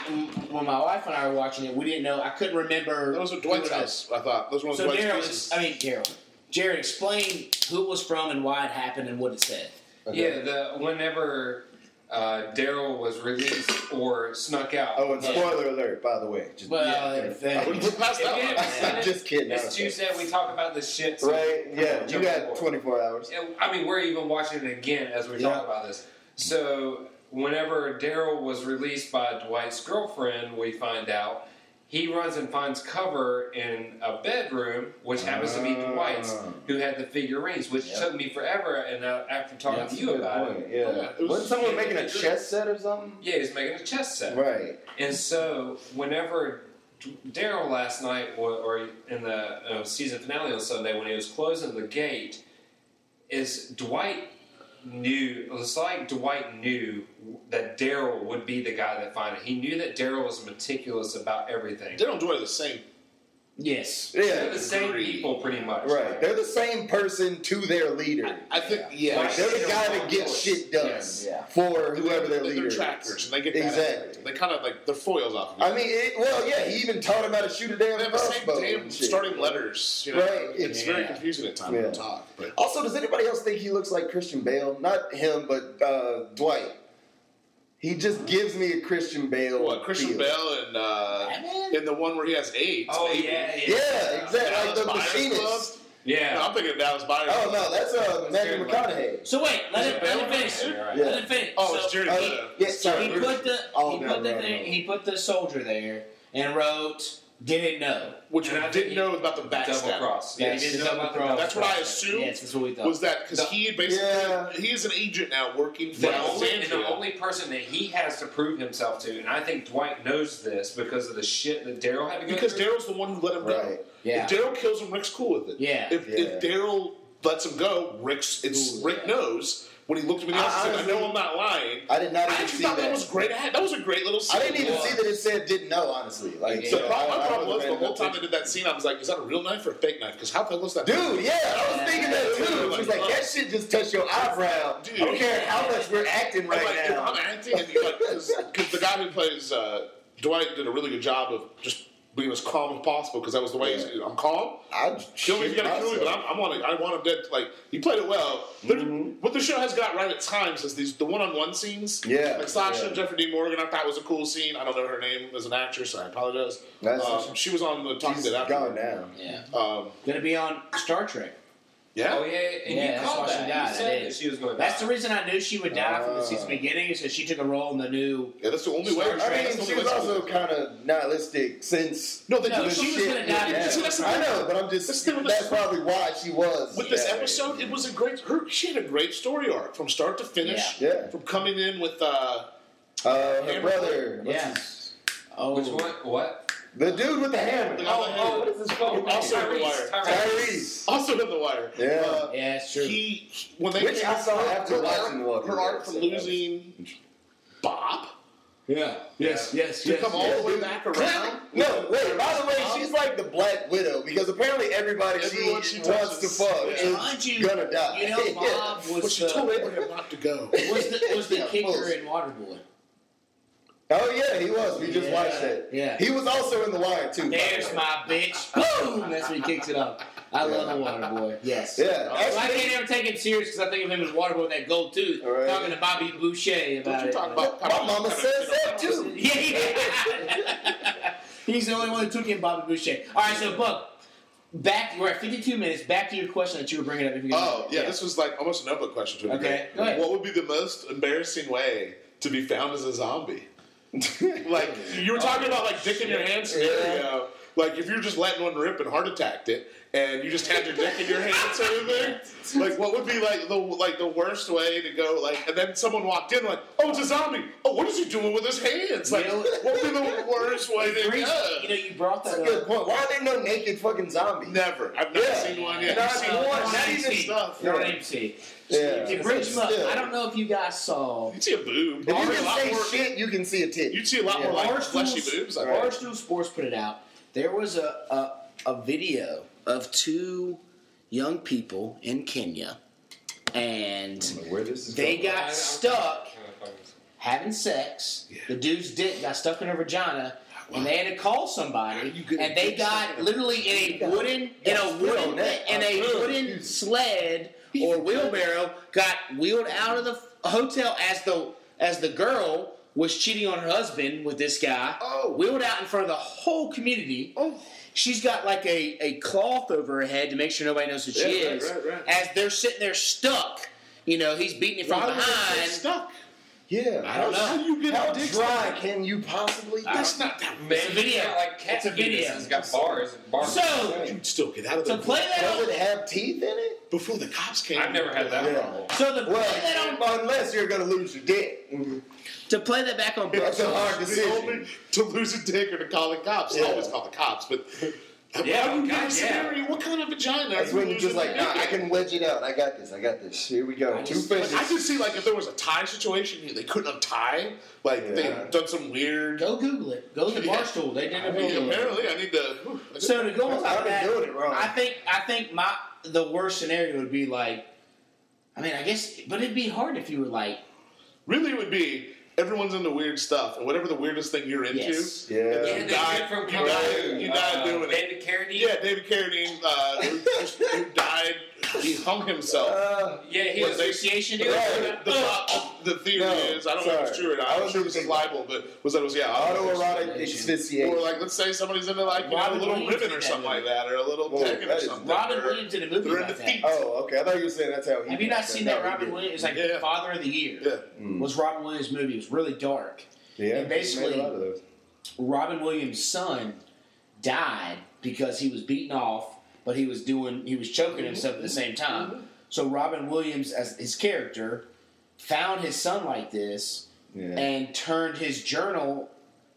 when my wife and I were watching it, we didn't know. I couldn't remember. Those are who Dwight's it was. house, I thought. Those were So Dwight's Daryl, pieces. is- I mean Daryl, Jared, explain who it was from and why it happened and what it said. Yeah, the whenever uh, Daryl was released or snuck out. Oh, and Uh, spoiler alert, by the way. Just, Well, that- We're- we're past that if (laughs) you one. haven't seen it, just kidding. It's honestly. Tuesday. We talk about this shit. so- Right? Yeah, you Jump got forward. 24 hours. And, I mean, we're even watching it again as we Yeah. talk about this. So whenever Daryl was released by Dwight's girlfriend, we find out he runs and finds cover in a bedroom, which happens to be Ah. Dwight's, who had the figurines, which Yep. took me forever. And uh, after talking That's to a you good about it, point, Yeah. Yeah, it was- Wasn't someone yeah, making a it's- chess set or something? yeah, he's making a chess set. Right. And so, whenever D- Daryl last night, or, or in the uh, season finale on Sunday, when he was closing the gate, is Dwight knew. It's like Dwight knew that Daryl would be the guy that found it. He knew that Daryl was meticulous about everything. They don't do it the same. (laughs) Yes. They're Yeah. the same Agreed. people, pretty much. Right. They're the same person to their leader. I think, yeah. Like, Like they're the guy that gets shit done Yes, yeah. for whoever their they're leader is. trackers, and they get that Exactly. aspect. They kind of like they're foils off. Of I mean, it, well, yeah, he even taught him how to shoot a damn they have the same crossbow. damn and shit. starting letters. You know? Right, It's very yeah. confusing at times Yeah. Oh, to talk. But Also, does anybody else think he looks like Christian Bale? Not him, but uh, Dwight. He just gives me a Christian Bale. what Christian feel. Bale and uh, in the one where he has AIDS? Oh maybe. yeah, yeah. Yeah, exactly. Like the Dallas Buyers machinist. Club? Yeah. No, I'm thinking of Dallas Buyers. Oh Club. no, that's uh, Matthew Jared Leto. McConaughey. So wait, let it, let it Yeah, finish. you're right. Yeah. Let it finish. Oh, so, it's Jared Oh, Leto. yeah, So sorry. he put the Oh, he no, put the no, thing, no. he put the soldier there and wrote didn't know. which And we I think didn't he- know about the Double backstab. cross. Yeah, Yes, he didn't the know about the double double That's what I cross. assumed Yes, that's what we thought. was that because The- he basically Yeah. he is an agent now working for The only, and the Alexandria. only person that he has to prove himself to, and I think Dwight knows this because of the shit that Daryl had to go because through. Daryl's the one who let him Right. go. yeah. If Daryl kills him, Rick's cool with it. Yeah. If, if Yeah. Daryl lets him go, Rick's it's Cool, Rick yeah. knows when he looked at me in the I- eyes and said, "I honestly- know I'm not lying." I did not I even actually see thought that that. was great. I- That was a great little scene. I didn't even Yeah. see that it said didn't know. Honestly, like The so problem, I- my I problem was the wasn't paying whole enough time I did that scene, I was like, "Is that a real knife or a fake knife?" Because how the hell is that? Dude, yeah, I was thinking that too. She was like, that shit just touched your eyebrow. I don't care how much we're acting I'm right like, now. I'm acting, and you're like, because the guy who plays uh, Dwight did a really good job of just being as calm as possible. Because that was the way he's, I'm calm. I'd Kill me if you shit gotta kill me, but myself. I'm, I'm on it. I want him dead. Like he played it well. But Mm-hmm. What the show has got right at times is these the one-on-one scenes. Yeah, like Sasha yeah. and Jeffrey Dean Morgan. I thought was a cool scene. I don't know her name as an actress. So I apologize. That's- Um, she was on the Talking She's Dead after. gone now. yeah. Um, Gonna be on Star Trek. yeah. Oh yeah, and Yeah, you that's why called she that. died, You I said did. that she was going. to That's the die. reason I knew she would die from the Ah. season beginning is because she took a role in the new. Yeah, that's the only way. I mean, she was also kind of nihilistic since. No, they No, do she was shit. gonna die. Yeah. See, that's the I thing. know, but I'm That's just. the- That's probably why she was. With this that way. episode, it was a great. Her, she had a great story arc from start to finish. Yeah. Yeah. From coming in with uh, Uh, her Hammer. brother. what's Yeah. his- Oh, Which one? What? Oh, The dude with the hammer. The guy with the hammer. what is his called? Also in The Wire. Tyrese. Tyrese. also in the wire. Yeah. Uh, Yeah, it's true. he when they Which I saw after her watching The arc, Walking her arc Dead, from so that was losing Bob yeah. Yes, Yes. to come all the way back around. No, wait. By the way, she's like the Black Widow because apparently everybody Everyone she, she wants to touches. fuck Yeah. is Mind you, gonna die. you know, Bob Yeah. But was she told the, Abraham not to go. was the was the Yeah, kicker close. in Waterboy. Oh yeah, he was. We just Yeah, watched it. yeah. He was also in The Wire too. by the There's way. my bitch. Boom! That's when he kicks it up. I love the water boy. Yes. Yeah, So I actually, can't ever take him serious because I think of him as Waterboy with that gold tooth. All right. Talking to Bobby Boucher Don't about you it. (laughs) talk about my mama says that too. Yeah, (laughs) yeah. He's the only one that took in Bobby Boucher. All right, so Buck, back. We're at 52 minutes. Back to your question that you were bringing up. If you can- Oh yeah, this was like almost a notebook question. To me. Okay, go ahead. What would be the most embarrassing way to be found as a (laughs) zombie? like um, you were talking about, like dick in your hand scenario. Like if you're just letting one rip and heart attacked it, and you just had your dick in your hand sort of thing. Like what would be like the like the worst way to go? Like and then someone walked in like, oh, it's a zombie. Oh, what is he doing with his hands? Like You know- what would be the worst (laughs) way to Reese, you know, go? you brought That's that a up. good point. Why are there no naked fucking zombies? Never. I've never Yeah. seen one yet. Not I've seen one, lots of not even sexy stuff. You're on Yeah. MC. Yeah. To bring him up, Still. I don't know if you guys saw. You see a boob. If you Probably a lot can more- say shit, you can see a tit. You'd see a lot Yeah. more like fleshy Barstool's- boobs. I think. Barstool Sports put it out. There was a, a a video of two young people in Kenya, and Where this is they going. I- I- got stuck Okay. having sex. The dude's dick got stuck in her vagina, and they had to call somebody. And they got literally in a wooden in a wooden in a wooden sled or wheelbarrow got wheeled out of the hotel as the as the girl was cheating on her husband with this guy. Oh. wheeled out in front of the whole community. Oh. She's got like a, a cloth over her head to make sure nobody knows who she Yeah, right, is. right, right. As they're sitting there stuck, you know, he's beating it from Why was it so behind. stuck? Yeah. I don't How- know. How you get How a dick dry can you possibly? That's not that Maybe a video. it's got, Like cat It's a fetus. video. It's got bars. bars. So You'd still get out of to there play Does it that have teeth in it? before the cops came. I've never had that Yeah. one. on, so to play that on Well, unless you're gonna lose your dick, to play that back on that's Ah, a hard decision. Only to lose a dick or to call the cops. Yeah. I always call the cops, but (laughs) Yeah, How you get a God, yeah. scenario? What kind of vagina? That's are you when you're just losing like, a nah, dick I in? can wedge it out. I got this. I got this. Here we go. Two Like, I fingers. could see like if there was a tie situation, they couldn't untie. Like Yeah. they done some weird. Go Google it. Go to Yeah. Barstool. They did I it. mean, apparently, I need to. whew, I just- So to go on top I've of been that, doing it wrong. I think I think my the worst scenario would be like, I mean, I guess, but it'd be hard if you were like, really, it would be everyone's into weird stuff, and whatever the weirdest thing you're into. Yes. Yeah. Yeah, You the die- dude from you die- Cameroon, you die uh, doing it. David Carradine. Yeah, David Carradine, uh, who, who died, he hung himself. Uh, yeah, he Well, was they- association. The, dude. the, the theory No, is, I don't know if it's sorry. true or not. I I'm was sure this is thinking- libel, but was that it was yeah autoerotic Or asphyxiation. like, let's say somebody's into like you Why know, a would little Williams ribbon do or that something movie? like that, or a little Whoa, pegging that or is something. Robin or- Williams did a movie They're in about the that. feet. Oh, okay. I thought you were saying that's how. he Have you did not it. seen No, that he Robin didn't. Williams? It's like Yeah. Father of the Year. Yeah. Was Robin Williams' movie? It was really dark. Yeah. And basically- he made a lot of those. Robin Williams' son died because he was beaten off, but he was doing he was choking himself at the same Mm-hmm. time. So Robin Williams, as his character, found his son like this Yeah. and turned his journal.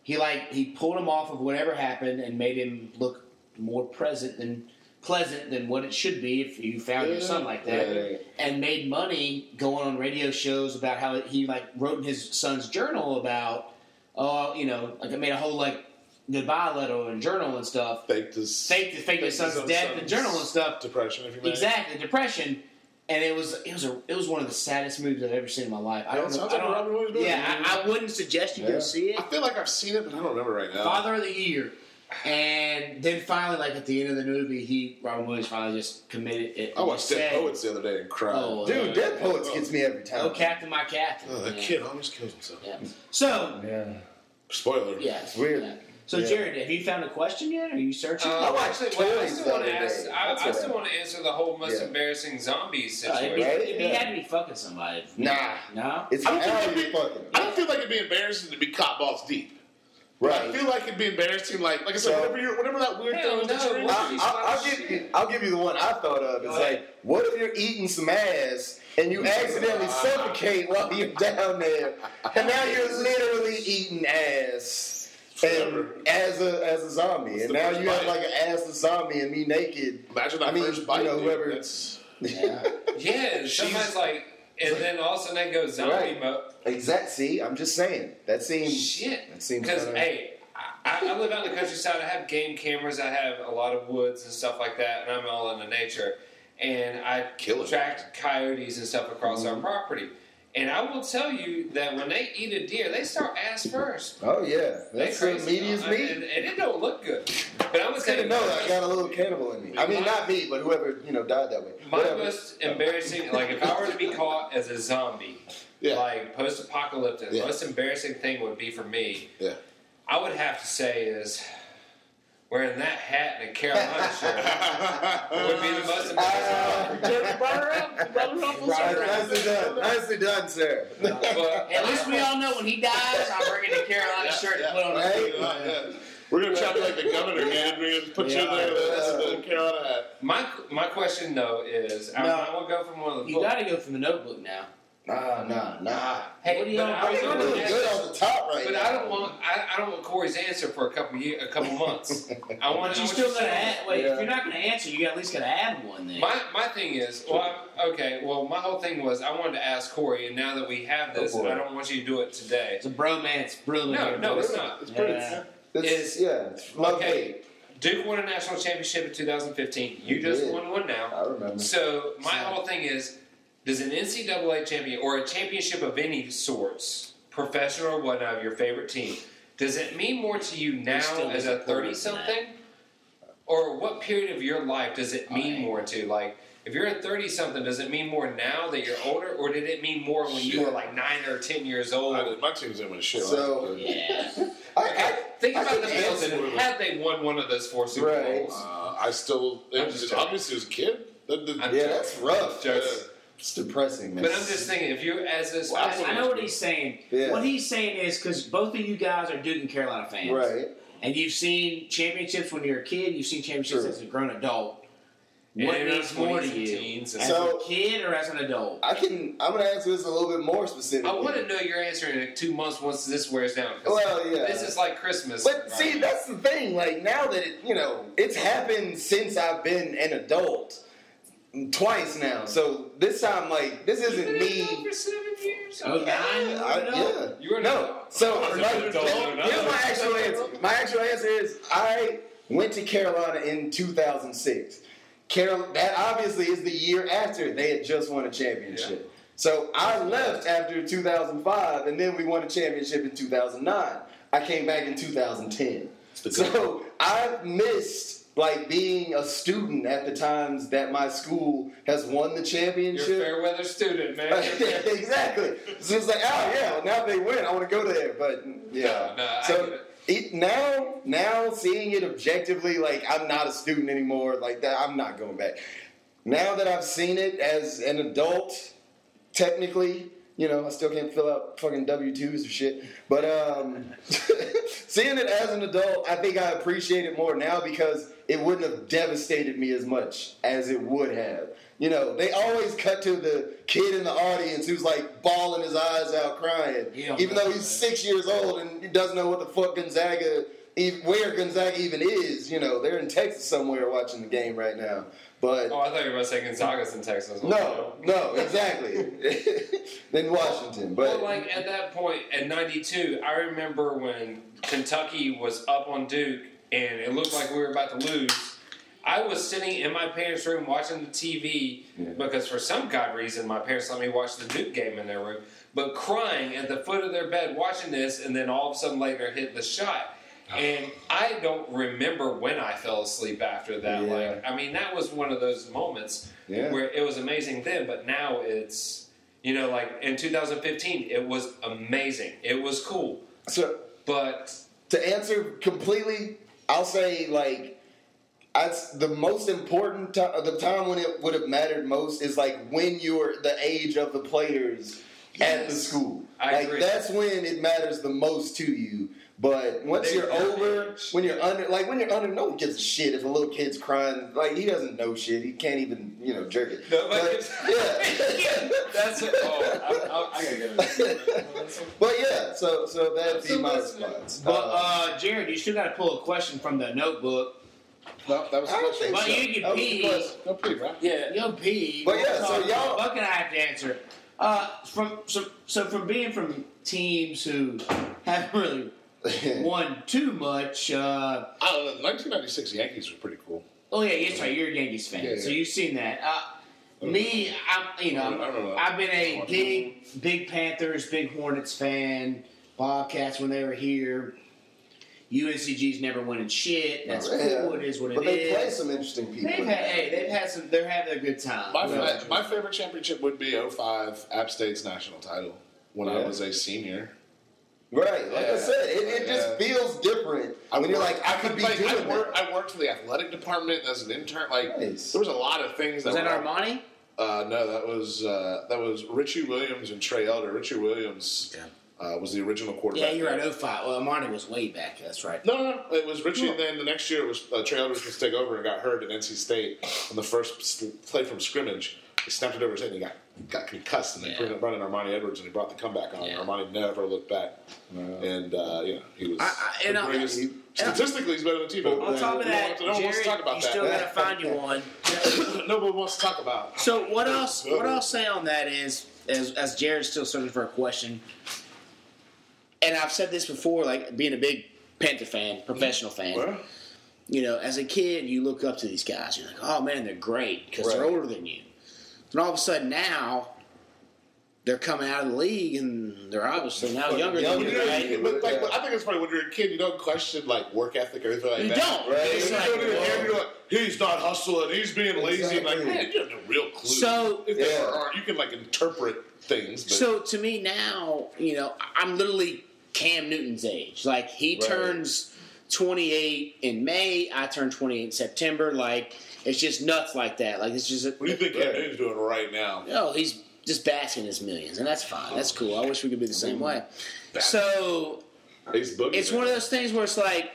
He like he pulled him off of whatever happened and made him look more present than pleasant than what it should be if you found your son like that Yeah. and made money going on radio shows about how he like wrote in his son's journal about oh you know like I made a whole like goodbye letter and journal and stuff Faked his fake the fake his son's death and journal and stuff Depression, if you may. exactly depression and it was it was a it was one of the saddest movies I've ever seen in my life I Yeah, don't it know sounds I like a don't Robin Williams movie. yeah I, I wouldn't suggest you Yeah. go see it I feel like I've seen it, but I don't remember right now. Father of the Year. And then finally, like at the end of the movie, he Robin Williams finally just committed it. I watched Said, Dead Poets the other day and cried. Oh, Dude, Dead Poets Oh. gets me every time. Oh, Captain, my Captain. Oh, that Yeah. kid almost killed himself. Yeah. So Yeah. Spoiler. yes, Weird. yeah. So Yeah. Jared, have you found a question yet? Are you searching? Uh, I watched actually, well, I Toys still the want other to ask. day. I, That's I what still I- want to answer the whole most Yeah. embarrassing zombie Uh, it'd be, situation. Right? it'd be- Yeah. had to be fucking somebody. Nah. No. It's I don't think how it'd you be- fucking. I don't feel like it'd be embarrassing to be caught balls deep. I Right. feel like it'd be embarrassing, like like I said, So- whatever, you're, whatever that weird Hell thing that no, you're into. what? I, I, I'll give you. I'll give you the one I thought of. It's Go ahead. like, what if you're eating some ass and you accidentally suffocate while you're down there, and now you're literally eating ass, and Forever. as a as a zombie, and the now first you have bite? like an ass as zombie and me naked. Imagine that I mean, first bite. you know, dude. whoever- That's- Yeah, somebody's like, and then all of a sudden they go zombie Right. mode. Exact. See, I'm just saying that seems. Shit. That seems Because, kinda- hey, I, I live out in the countryside. I have game cameras. I have a lot of woods and stuff like that, and I'm all into nature. And I Killer. tracked coyotes and stuff across Mm-hmm. our property. And I will tell you that when they eat a deer, they start ass first. Oh yeah, They that's some crazy. meat is I- meat. And, and it don't look good. But I'm going to I say, didn't know that. I got a little cannibal in me. I mean, not me, but whoever you know died that way. my Whatever. most embarrassing, like if I were to be caught as a zombie, Yeah. like post apocalyptic, the Yeah. most embarrassing thing would be for me (laughs) Yeah. I would have to say is wearing that hat and a Carolina shirt would be the most (laughs) Ah. embarrassing. All right, nicely done, nicely done, sir. but At least we all know when he dies, I'm bringing (laughs) the Carolina shirt and put on. Right? a Yeah. We're gonna try to like the governor, man. We're gonna put you in there. That's the Carolina hat. my my question though is I, No. I will go from one of the You got to go from the Notebook now. Nah, nah, nah. Hey, what do you but all I I was think we're gonna doing ask- good off the top right But now. I don't want I, I don't want Corey's answer for a couple year a couple (laughs) months. I want But I you want still your gotta answer. add, wait, Yeah. if you're not gonna answer, you at least gotta add one then. My my thing is well I'm- okay well my whole thing was I wanted to ask Corey and now that we have this Oh, boy. and I don't want you to do it today. it's a bromance, brilliant. No, no, it's not. It's pretty. Yeah. It's, It's- yeah, it's love Okay. hate. Duke won a national championship in 2015. You He just did. won one now. I remember. So my whole thing is, does an NCAA champion or a championship of any sorts, professional or whatnot, of your favorite team, does it mean more to you now still as a disappointed thirty in something, or what period of your life does it Alright. mean more to? Like, if you're a thirty something, does it mean more now that you're older, or did it mean more when you were like nine or ten years old? I- My team's doing shit. So- Yeah. I, Okay, I, think I about the can Bills answer and it. had they won one of those four Super Right. Bowls. uh, I still. It I'm was just obviously as a kid. The, the, I'm yeah, that's rough. Jokes. It's depressing. Man. But I'm just thinking, if you as a Wow. special, I know what he's saying. Yeah. What he's saying is because both of you guys are Duke and Carolina fans, right. And you've seen championships when you're a kid. You've seen championships True. as a grown adult. and What in our means more to 20s and you, teens, as and- So- a kid or as an adult? I can. I'm gonna answer this a little bit more specifically. I want to know your answer in like two months once this wears down. 'cause Well, yeah. This is like Christmas. But see, right? that's the thing. Like now that it, you know, it's happened since I've been an adult twice now. So this time, like, this You've isn't been an adult me. for seven years. Oh, nine, Yeah, you're an I, adult. yeah. You are no. not. (laughs) So I was like, an adult, you're not. here's my actual answer. My actual answer is I went to Carolina in 2006. Carol, that obviously is the year after they had just won a championship. So I left after 2005, and then we won a championship in 2009. I came back in 2010. So I missed like being a student at the times that my school has won the You're championship. a fair weather student, man. (laughs) exactly. So it's like, oh yeah, well, now they win. I want to go there, but yeah. No, no, I so get it- now, now seeing it objectively, like I'm not a student anymore. Like that, I'm not going back. Now that I've seen it as an adult, technically, you know, I still can't fill out fucking W twos or shit. But um, (laughs) seeing it as an adult, I think I appreciate it more now because it wouldn't have devastated me as much as it would have. You know, they always cut to the kid in the audience who's like bawling his eyes out crying, Yeah, even man. though he's six years old and he doesn't know what the fuck Gonzaga, ev- where Gonzaga even is. You know, they're in Texas somewhere watching the game right now. But Oh, I thought you were about to say Gonzaga's in Texas. Oh, no, no, exactly. (laughs) in Washington, but Well, like at that point at '92, I remember when Kentucky was up on Duke, and it looked like we were about to lose. I was sitting in my parents' room watching the TV because, for some god reason, my parents let me watch the Duke game in their room. But crying at the foot of their bed watching this, and then all of a sudden later hit the shot. Ah. And I don't remember when I fell asleep after that. Yeah. Like, I mean, that was one of those moments Yeah. where it was amazing then, but now it's you know like in 2015 it was amazing, it was cool, so but to answer completely, I'll say like I, the most important time, the time when it would have mattered most is like when you're the age of the players at the Yes. school. I like agree. that's when it matters the most to you. But once They're you're your over, age. when you're under, like when you're under, no one gives a shit if a little kid's crying. Like he doesn't know shit. He can't even you know jerk it. Nobody But, (laughs) gives- yeah. (laughs) that's it. Oh, I, I, I gotta get it. but yeah, so so that'd be So my what's- response. But Uh, uh, Jared, you still got to pull a question from the notebook. No, that was Uh, I a don't question. think But so. you can That was pee. the question. No, pretty right. Yeah, Yo, P. But yeah, so talk- y'all- Buck and I have to answer. Uh, from so, so from being from teams who (laughs) (laughs) haven't really won too much. Uh, I don't know. The 1996 Yankees were pretty cool. oh yeah, that's right. You're a Yankees fan, Yeah, yeah. Oh, so you've seen that. Uh, me, I'm you I don't know, know. I've been a big big Panthers, big Hornets fan. Bobcats when they were here. UNCG's never winning shit. That's Oh, Yeah. cool. It is what it is. But they play some interesting people. They've had, hey, they've had some. They're having a good time. My, Well, fa- my favorite championship would be 05 App State's national title when I Yeah. was a senior. right, like I Yeah. said, it, it just Yeah. feels different. I mean, you're worked- like, I could be like, doing I, worked, that. I worked for the athletic department as an intern. Like Nice. there was a lot of things that was that were- Armani? Uh, no, that was uh, that was Richie Williams and Trey Elder. Richie Williams uh, was the original quarterback. Yeah, you're right. 05. Well, Armani was way back. That's right. No, no, no, it was Richie, and then the next year it was uh, Trey Elder was supposed to take over and got hurt at NC State on the first s- play from scrimmage. He snapped it over his head and he got, got concussed, and they Yeah. put him running Armani Edwards, and he brought the comeback on. Yeah. And Armani never looked back, and uh, you know he was I- I- and the I- greatest. and statistically, he's better than Tebow. On top of No that, one- no one wants Jared, to talk about you still that. gotta find (laughs) you one. Nobody wants to talk about. So what else? What I'll say on that is, as as Jared's still searching for a question, and I've said this before, like being a big Panther fan, professional fan. you know, as a kid, you look up to these guys. You're like, oh man, they're great because they're Right. older than you. And all of a sudden now, they're coming out of the league and they're obviously now Fucking younger than younger you, than right? you. But like, I think it's funny when you're a kid, you don't question like work ethic or anything like You that. don't. Right. And It's you like, go to the whoa. game, you're like, he's not hustling. He's being lazy. Like, Exactly. man, you have no real clue. So- if there Yeah. are, you can like interpret things. But So to me now, you know, I'm literally Cam Newton's age. Like he Right. turns 28 in May. I turned 28 in September. Like it's just nuts like that. Like it's just. What do you think Cam Newton's doing right now? Oh, he's just basking his millions, and that's fine. That's cool. I wish we could be the same way. So He's boogeyman. it's one of those things where it's like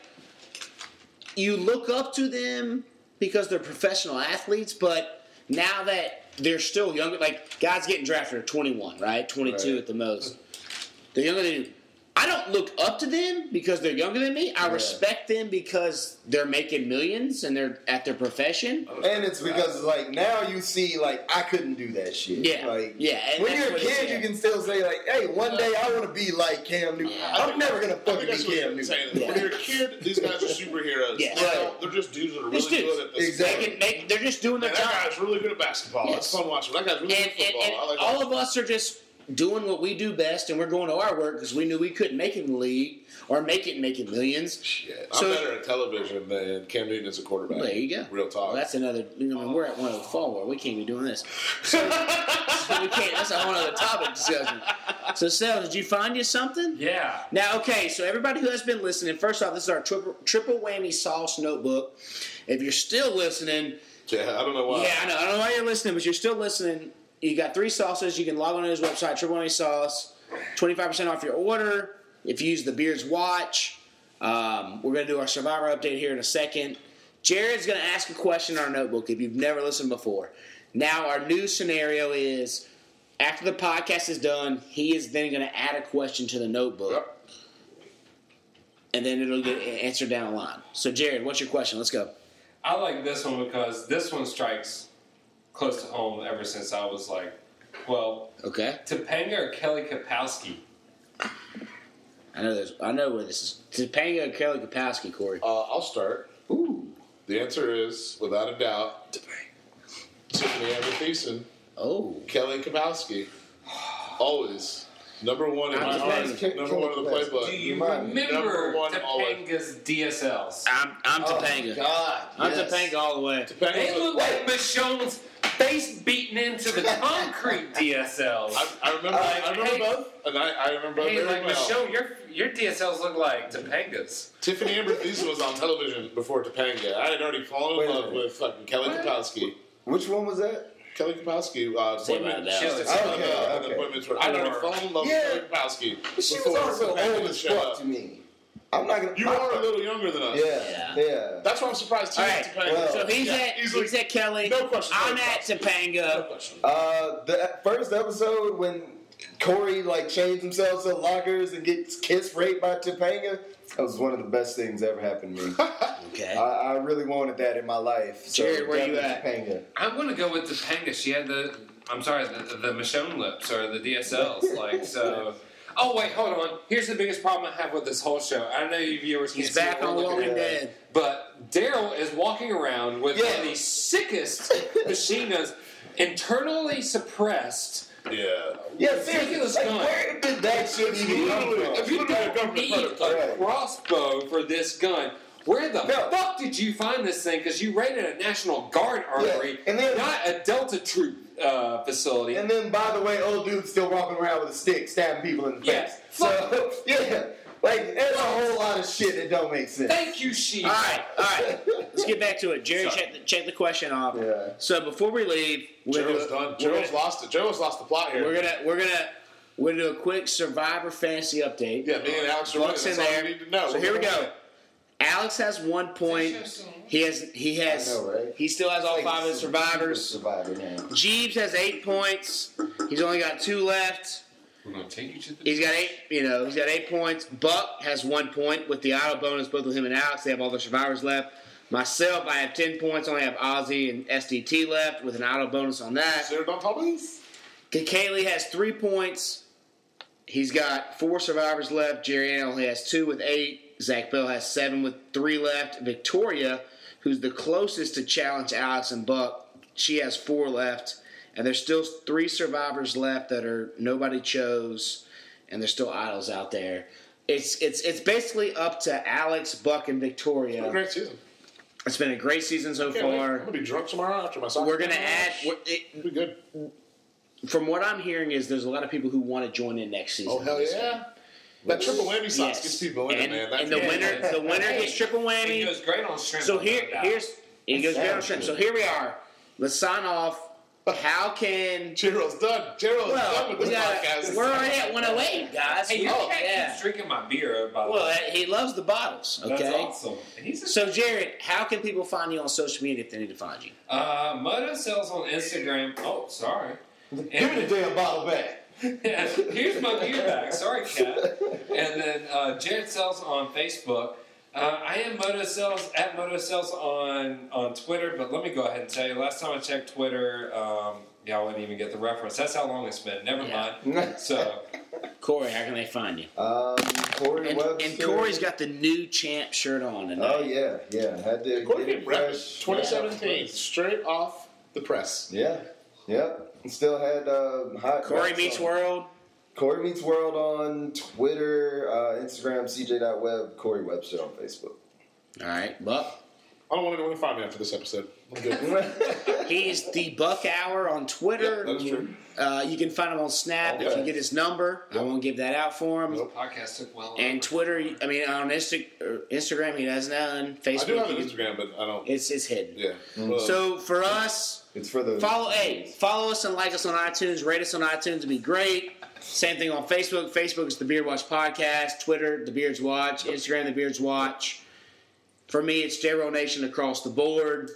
you look up to them because they're professional athletes, but now that they're still younger, like guys getting drafted are 21, right? 22 Right. at the most. They're younger than you. I don't look up to them because they're younger than me. I respect them because they're making millions and they're at their profession. And it's because it's like now you see like I couldn't do that shit. Yeah. Like Yeah, and When that's you're a what it kid, is, you yeah. can still say like, "Hey, one day I want to be like Cam Newton. I'm never gonna I fucking think be that's what Cam you're Newton." saying. When Yeah. you're a kid, these guys are superheroes. Yeah. Now, They're just dudes that are really These dudes. good at this. Exactly. They can make, they're just doing Man, their job. that guy's really good at basketball. That's Yes. fun watching. That guy's really and, good at and, football. and I like all that. of us are just doing what we do best, and we're going to our work because we knew we couldn't make it in the league or make it making millions. Shit. I'm So- better at television than Cam Newton is a quarterback. There you go. Real talk. Well, that's another. You know, I mean, we're at one of the fall where we can't be doing this. (laughs) So, so we can't. That's a whole other topic discussion. So, Sal, did you find you something? Yeah. Now, okay, so everybody who has been listening, first off, this is our triple, triple whammy sauce notebook. If you're still listening, yeah, I don't know why. Yeah, I know. I don't know why you're listening, but you're still listening. You got three sauces. You can log on to his website, Triple Honey Sauce. 25% off your order. If you use the Beard's Watch, um, we're going to do our Survivor update here in a second. Jared's going to ask a question in our notebook if you've never listened before. Now, our new scenario is after the podcast is done, he is then going to add a question to the notebook. Yep. And then it'll get answered down the line. So, Jared, what's your question? Let's go. I like this one because this one strikes close to home ever since I was like, well, Okay. Topanga or Kelly Kapowski? I know there's. I know where this is. Topanga and Kelly Kapowski, Corey. Uh, I'll start. Ooh. The answer is, without a doubt, Tiffany Amber Thiessen, Oh. Kelly (sighs) Kapowski. Always. Number one in I'm my just heart. saying, Ke- Number Kelly one in the Kapowski. playbook. Do you Remind me. remember Number one always. Topanga's DSLs? I'm I'm Oh, Topanga. God, I'm yes. Topanga all the way. Topanga They was a- look like Michonne's face beaten (laughs) into the concrete DSLs. I, I remember, Like, I remember Uh, hey- both, and I, I remember both Hey, very like well. Michonne, your your DSLs look like Topanga's. Tiffany Amber Thiessen was on television before Topanga. I had already fallen Wait in a love minute. with fucking Kelly What? Kapowski. Which one was that? Kelly Kapowski, uh, Say women, about that. she was Okay, the son of, uh, okay. the women's were. I'd already Or- fallen in love with Yeah. Kelly Kapowski. But she was before also Topanga old as showed fuck up. to me. I'm not gonna. You I- are a little younger than us. Yeah, yeah. That's why I'm surprised too. All right. Topanga. Well, So he's Yeah, at he's, easily. at Kelly. No question. I'm No at question. No Topanga. question. Uh, the first episode when Corey like chains himself to lockers and gets kiss raped by Topanga. That was one of the best things ever (laughs) happened to me. Okay. I, I really wanted that in my life. So Jared, where you definitely Topanga. I'm gonna go with Topanga. She had the I'm sorry, the, the Michonne lips or the DSLs. like (laughs) so. Oh wait, hold on. Here's the biggest problem I have with this whole show. I know you viewers he's can't see back what on we're looking Walking at, Dead. but Daryl is walking around with one Yeah. of (laughs) the sickest machine guns, internally suppressed. Yeah. Yeah, seriously, Ridiculous like, gun. where did that shit even come Literally, from? if you You don't don't need need a prototype. crossbow for this gun. Where the No. fuck did you find this thing? Because you raided a National Guard armory, and then- not a Delta Troop uh, facility. And then, by the way, old dude's still walking around with a stick, stabbing people in the Yeah. face. So, (laughs) yeah, like there's a whole lot of shit that don't make sense. Thank you, she. All right. All right. Let's get back to it. Jared, Sorry. check the, check the question off. Yeah. So before we leave, we're gonna do Gerald's a- done. we're Gerald's gonna- lost it. Gerald's lost the plot here. We're gonna we're gonna we're gonna do a quick Survivor fantasy update. yeah, me and Alex are Bucks running. That's in all there. we need to know. So here we go. Alex has one point. He has he has I know, right? he still has all Like, five of the survivors. Survivor, man. Jeeves has eight points. He's only got two left. We're gonna take you to the. He's got eight. You know, he's got eight points. Buck has one point with the auto bonus. Both with him and Alex, they have all the survivors left. Myself, I have ten points. Only have Ozzy and SDT left with an auto bonus on that. Sarah, don't tell me this. Kaylee has three points. He's got four survivors left. Jerry Allen only has two with eight. Zach Bell has seven with three left. Victoria, who's the closest to challenge Alex and Buck, she has four left. And there's still three survivors left that are nobody chose, and there's still idols out there. It's it's it's basically up to Alex, Buck, and Victoria. Great season. It's been a great season so Yeah, wait, I'm far. gonna be drunk tomorrow after my soccer. We're gonna match. add. we're- It, It'll be good. from what I'm hearing is there's a lot of people who want to join in next season. Oh hell yeah! That triple whammy sauce Yes. gets people in it, and, man. That and the triple winner, whammy. the winner gets triple It whammy. goes great on shrimp. So here, no doubt. here's it goes great on shrimp. So here we are. Let's sign off. How can Gerald's done. Gerald's well, done with we this got, podcast. we're already at 108, guys. Hey, your oh, cat yeah. keeps drinking my beer. By the Well, uh, way, he loves the bottles. Okay. that's awesome. And he's a So, Jared, how can people find you on social media if they need to find you? Uh, Moto sells on Instagram. Oh, sorry. Give me the And, damn bottle back. here's my beer back. Sorry, cat. And then uh, Jared sells on Facebook. Uh, I am Moto sells at Moto sells on on Twitter. But let me go ahead and tell you. Last time I checked Twitter, um, y'all wouldn't even get the reference. That's how long it's been. Never Yeah. mind. So Corey, how can they find you? Um, Corey And, Webster. and Corey's got the new champ shirt on tonight. Oh yeah, yeah. Had to Corey get it Kid Rep is fresh. 2017, straight off the press. Yeah, yep. Still had uh, hot. Oh, Corey hot meets sauce. world. Corey meets world on Twitter, uh, Instagram, CJ.web, Corey Webster on (laughs) Facebook. All right, Buck. I don't want anyone to find me after this episode. I'm (laughs) good. He's the Buck Hour on Twitter. That's true. Uh, you can find him on Snap if you Okay. get his number. I won't give that out for him. Nope. podcast took well. And Twitter, I mean, on Insta- or Instagram, he has none. Facebook, I do have an he- Instagram, but I don't. it's it's hidden. Yeah. Well, So for us, It's for the follow a follow us and like us on iTunes. Rate us on iTunes would be great. Same thing on Facebook. Facebook is the Beard Watch Podcast. Twitter, the Beards Watch. Instagram, the Beards Watch. For me, it's J Roll Nation across the board.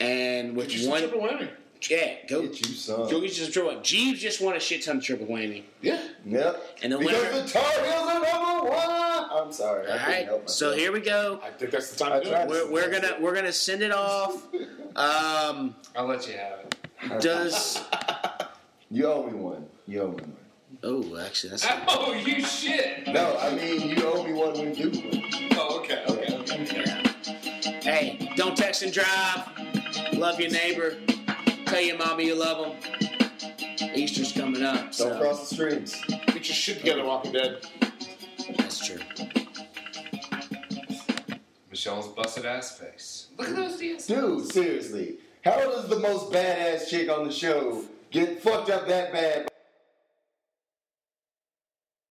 And with just one, triple uh, whammy. yeah, go. Get you some. Joey's just triple. whammy. Jeeves just won a shit ton of triple whammy. Yeah. Yep. And the because winner- the Tar Heels are number one. I'm sorry. I couldn't All help right, myself. so here we go. I think that's the time I to do tried it. to- We're, we're gonna we're gonna send it off. Um, I'll let you have it. (laughs) does you owe me one. You owe me one. oh actually that's Oh, you shit. No, I mean you owe me one when you do one. Oh, okay. Okay. okay. hey don't text and drive. Love your neighbor. Tell your mama you love them. Easter's coming up, Don't so cross the streams. Get your shit together, Walking Dead. that's true. Michelle's busted ass face. Look at those DSs. Dude, seriously, how does the most badass chick on the show get fucked up that bad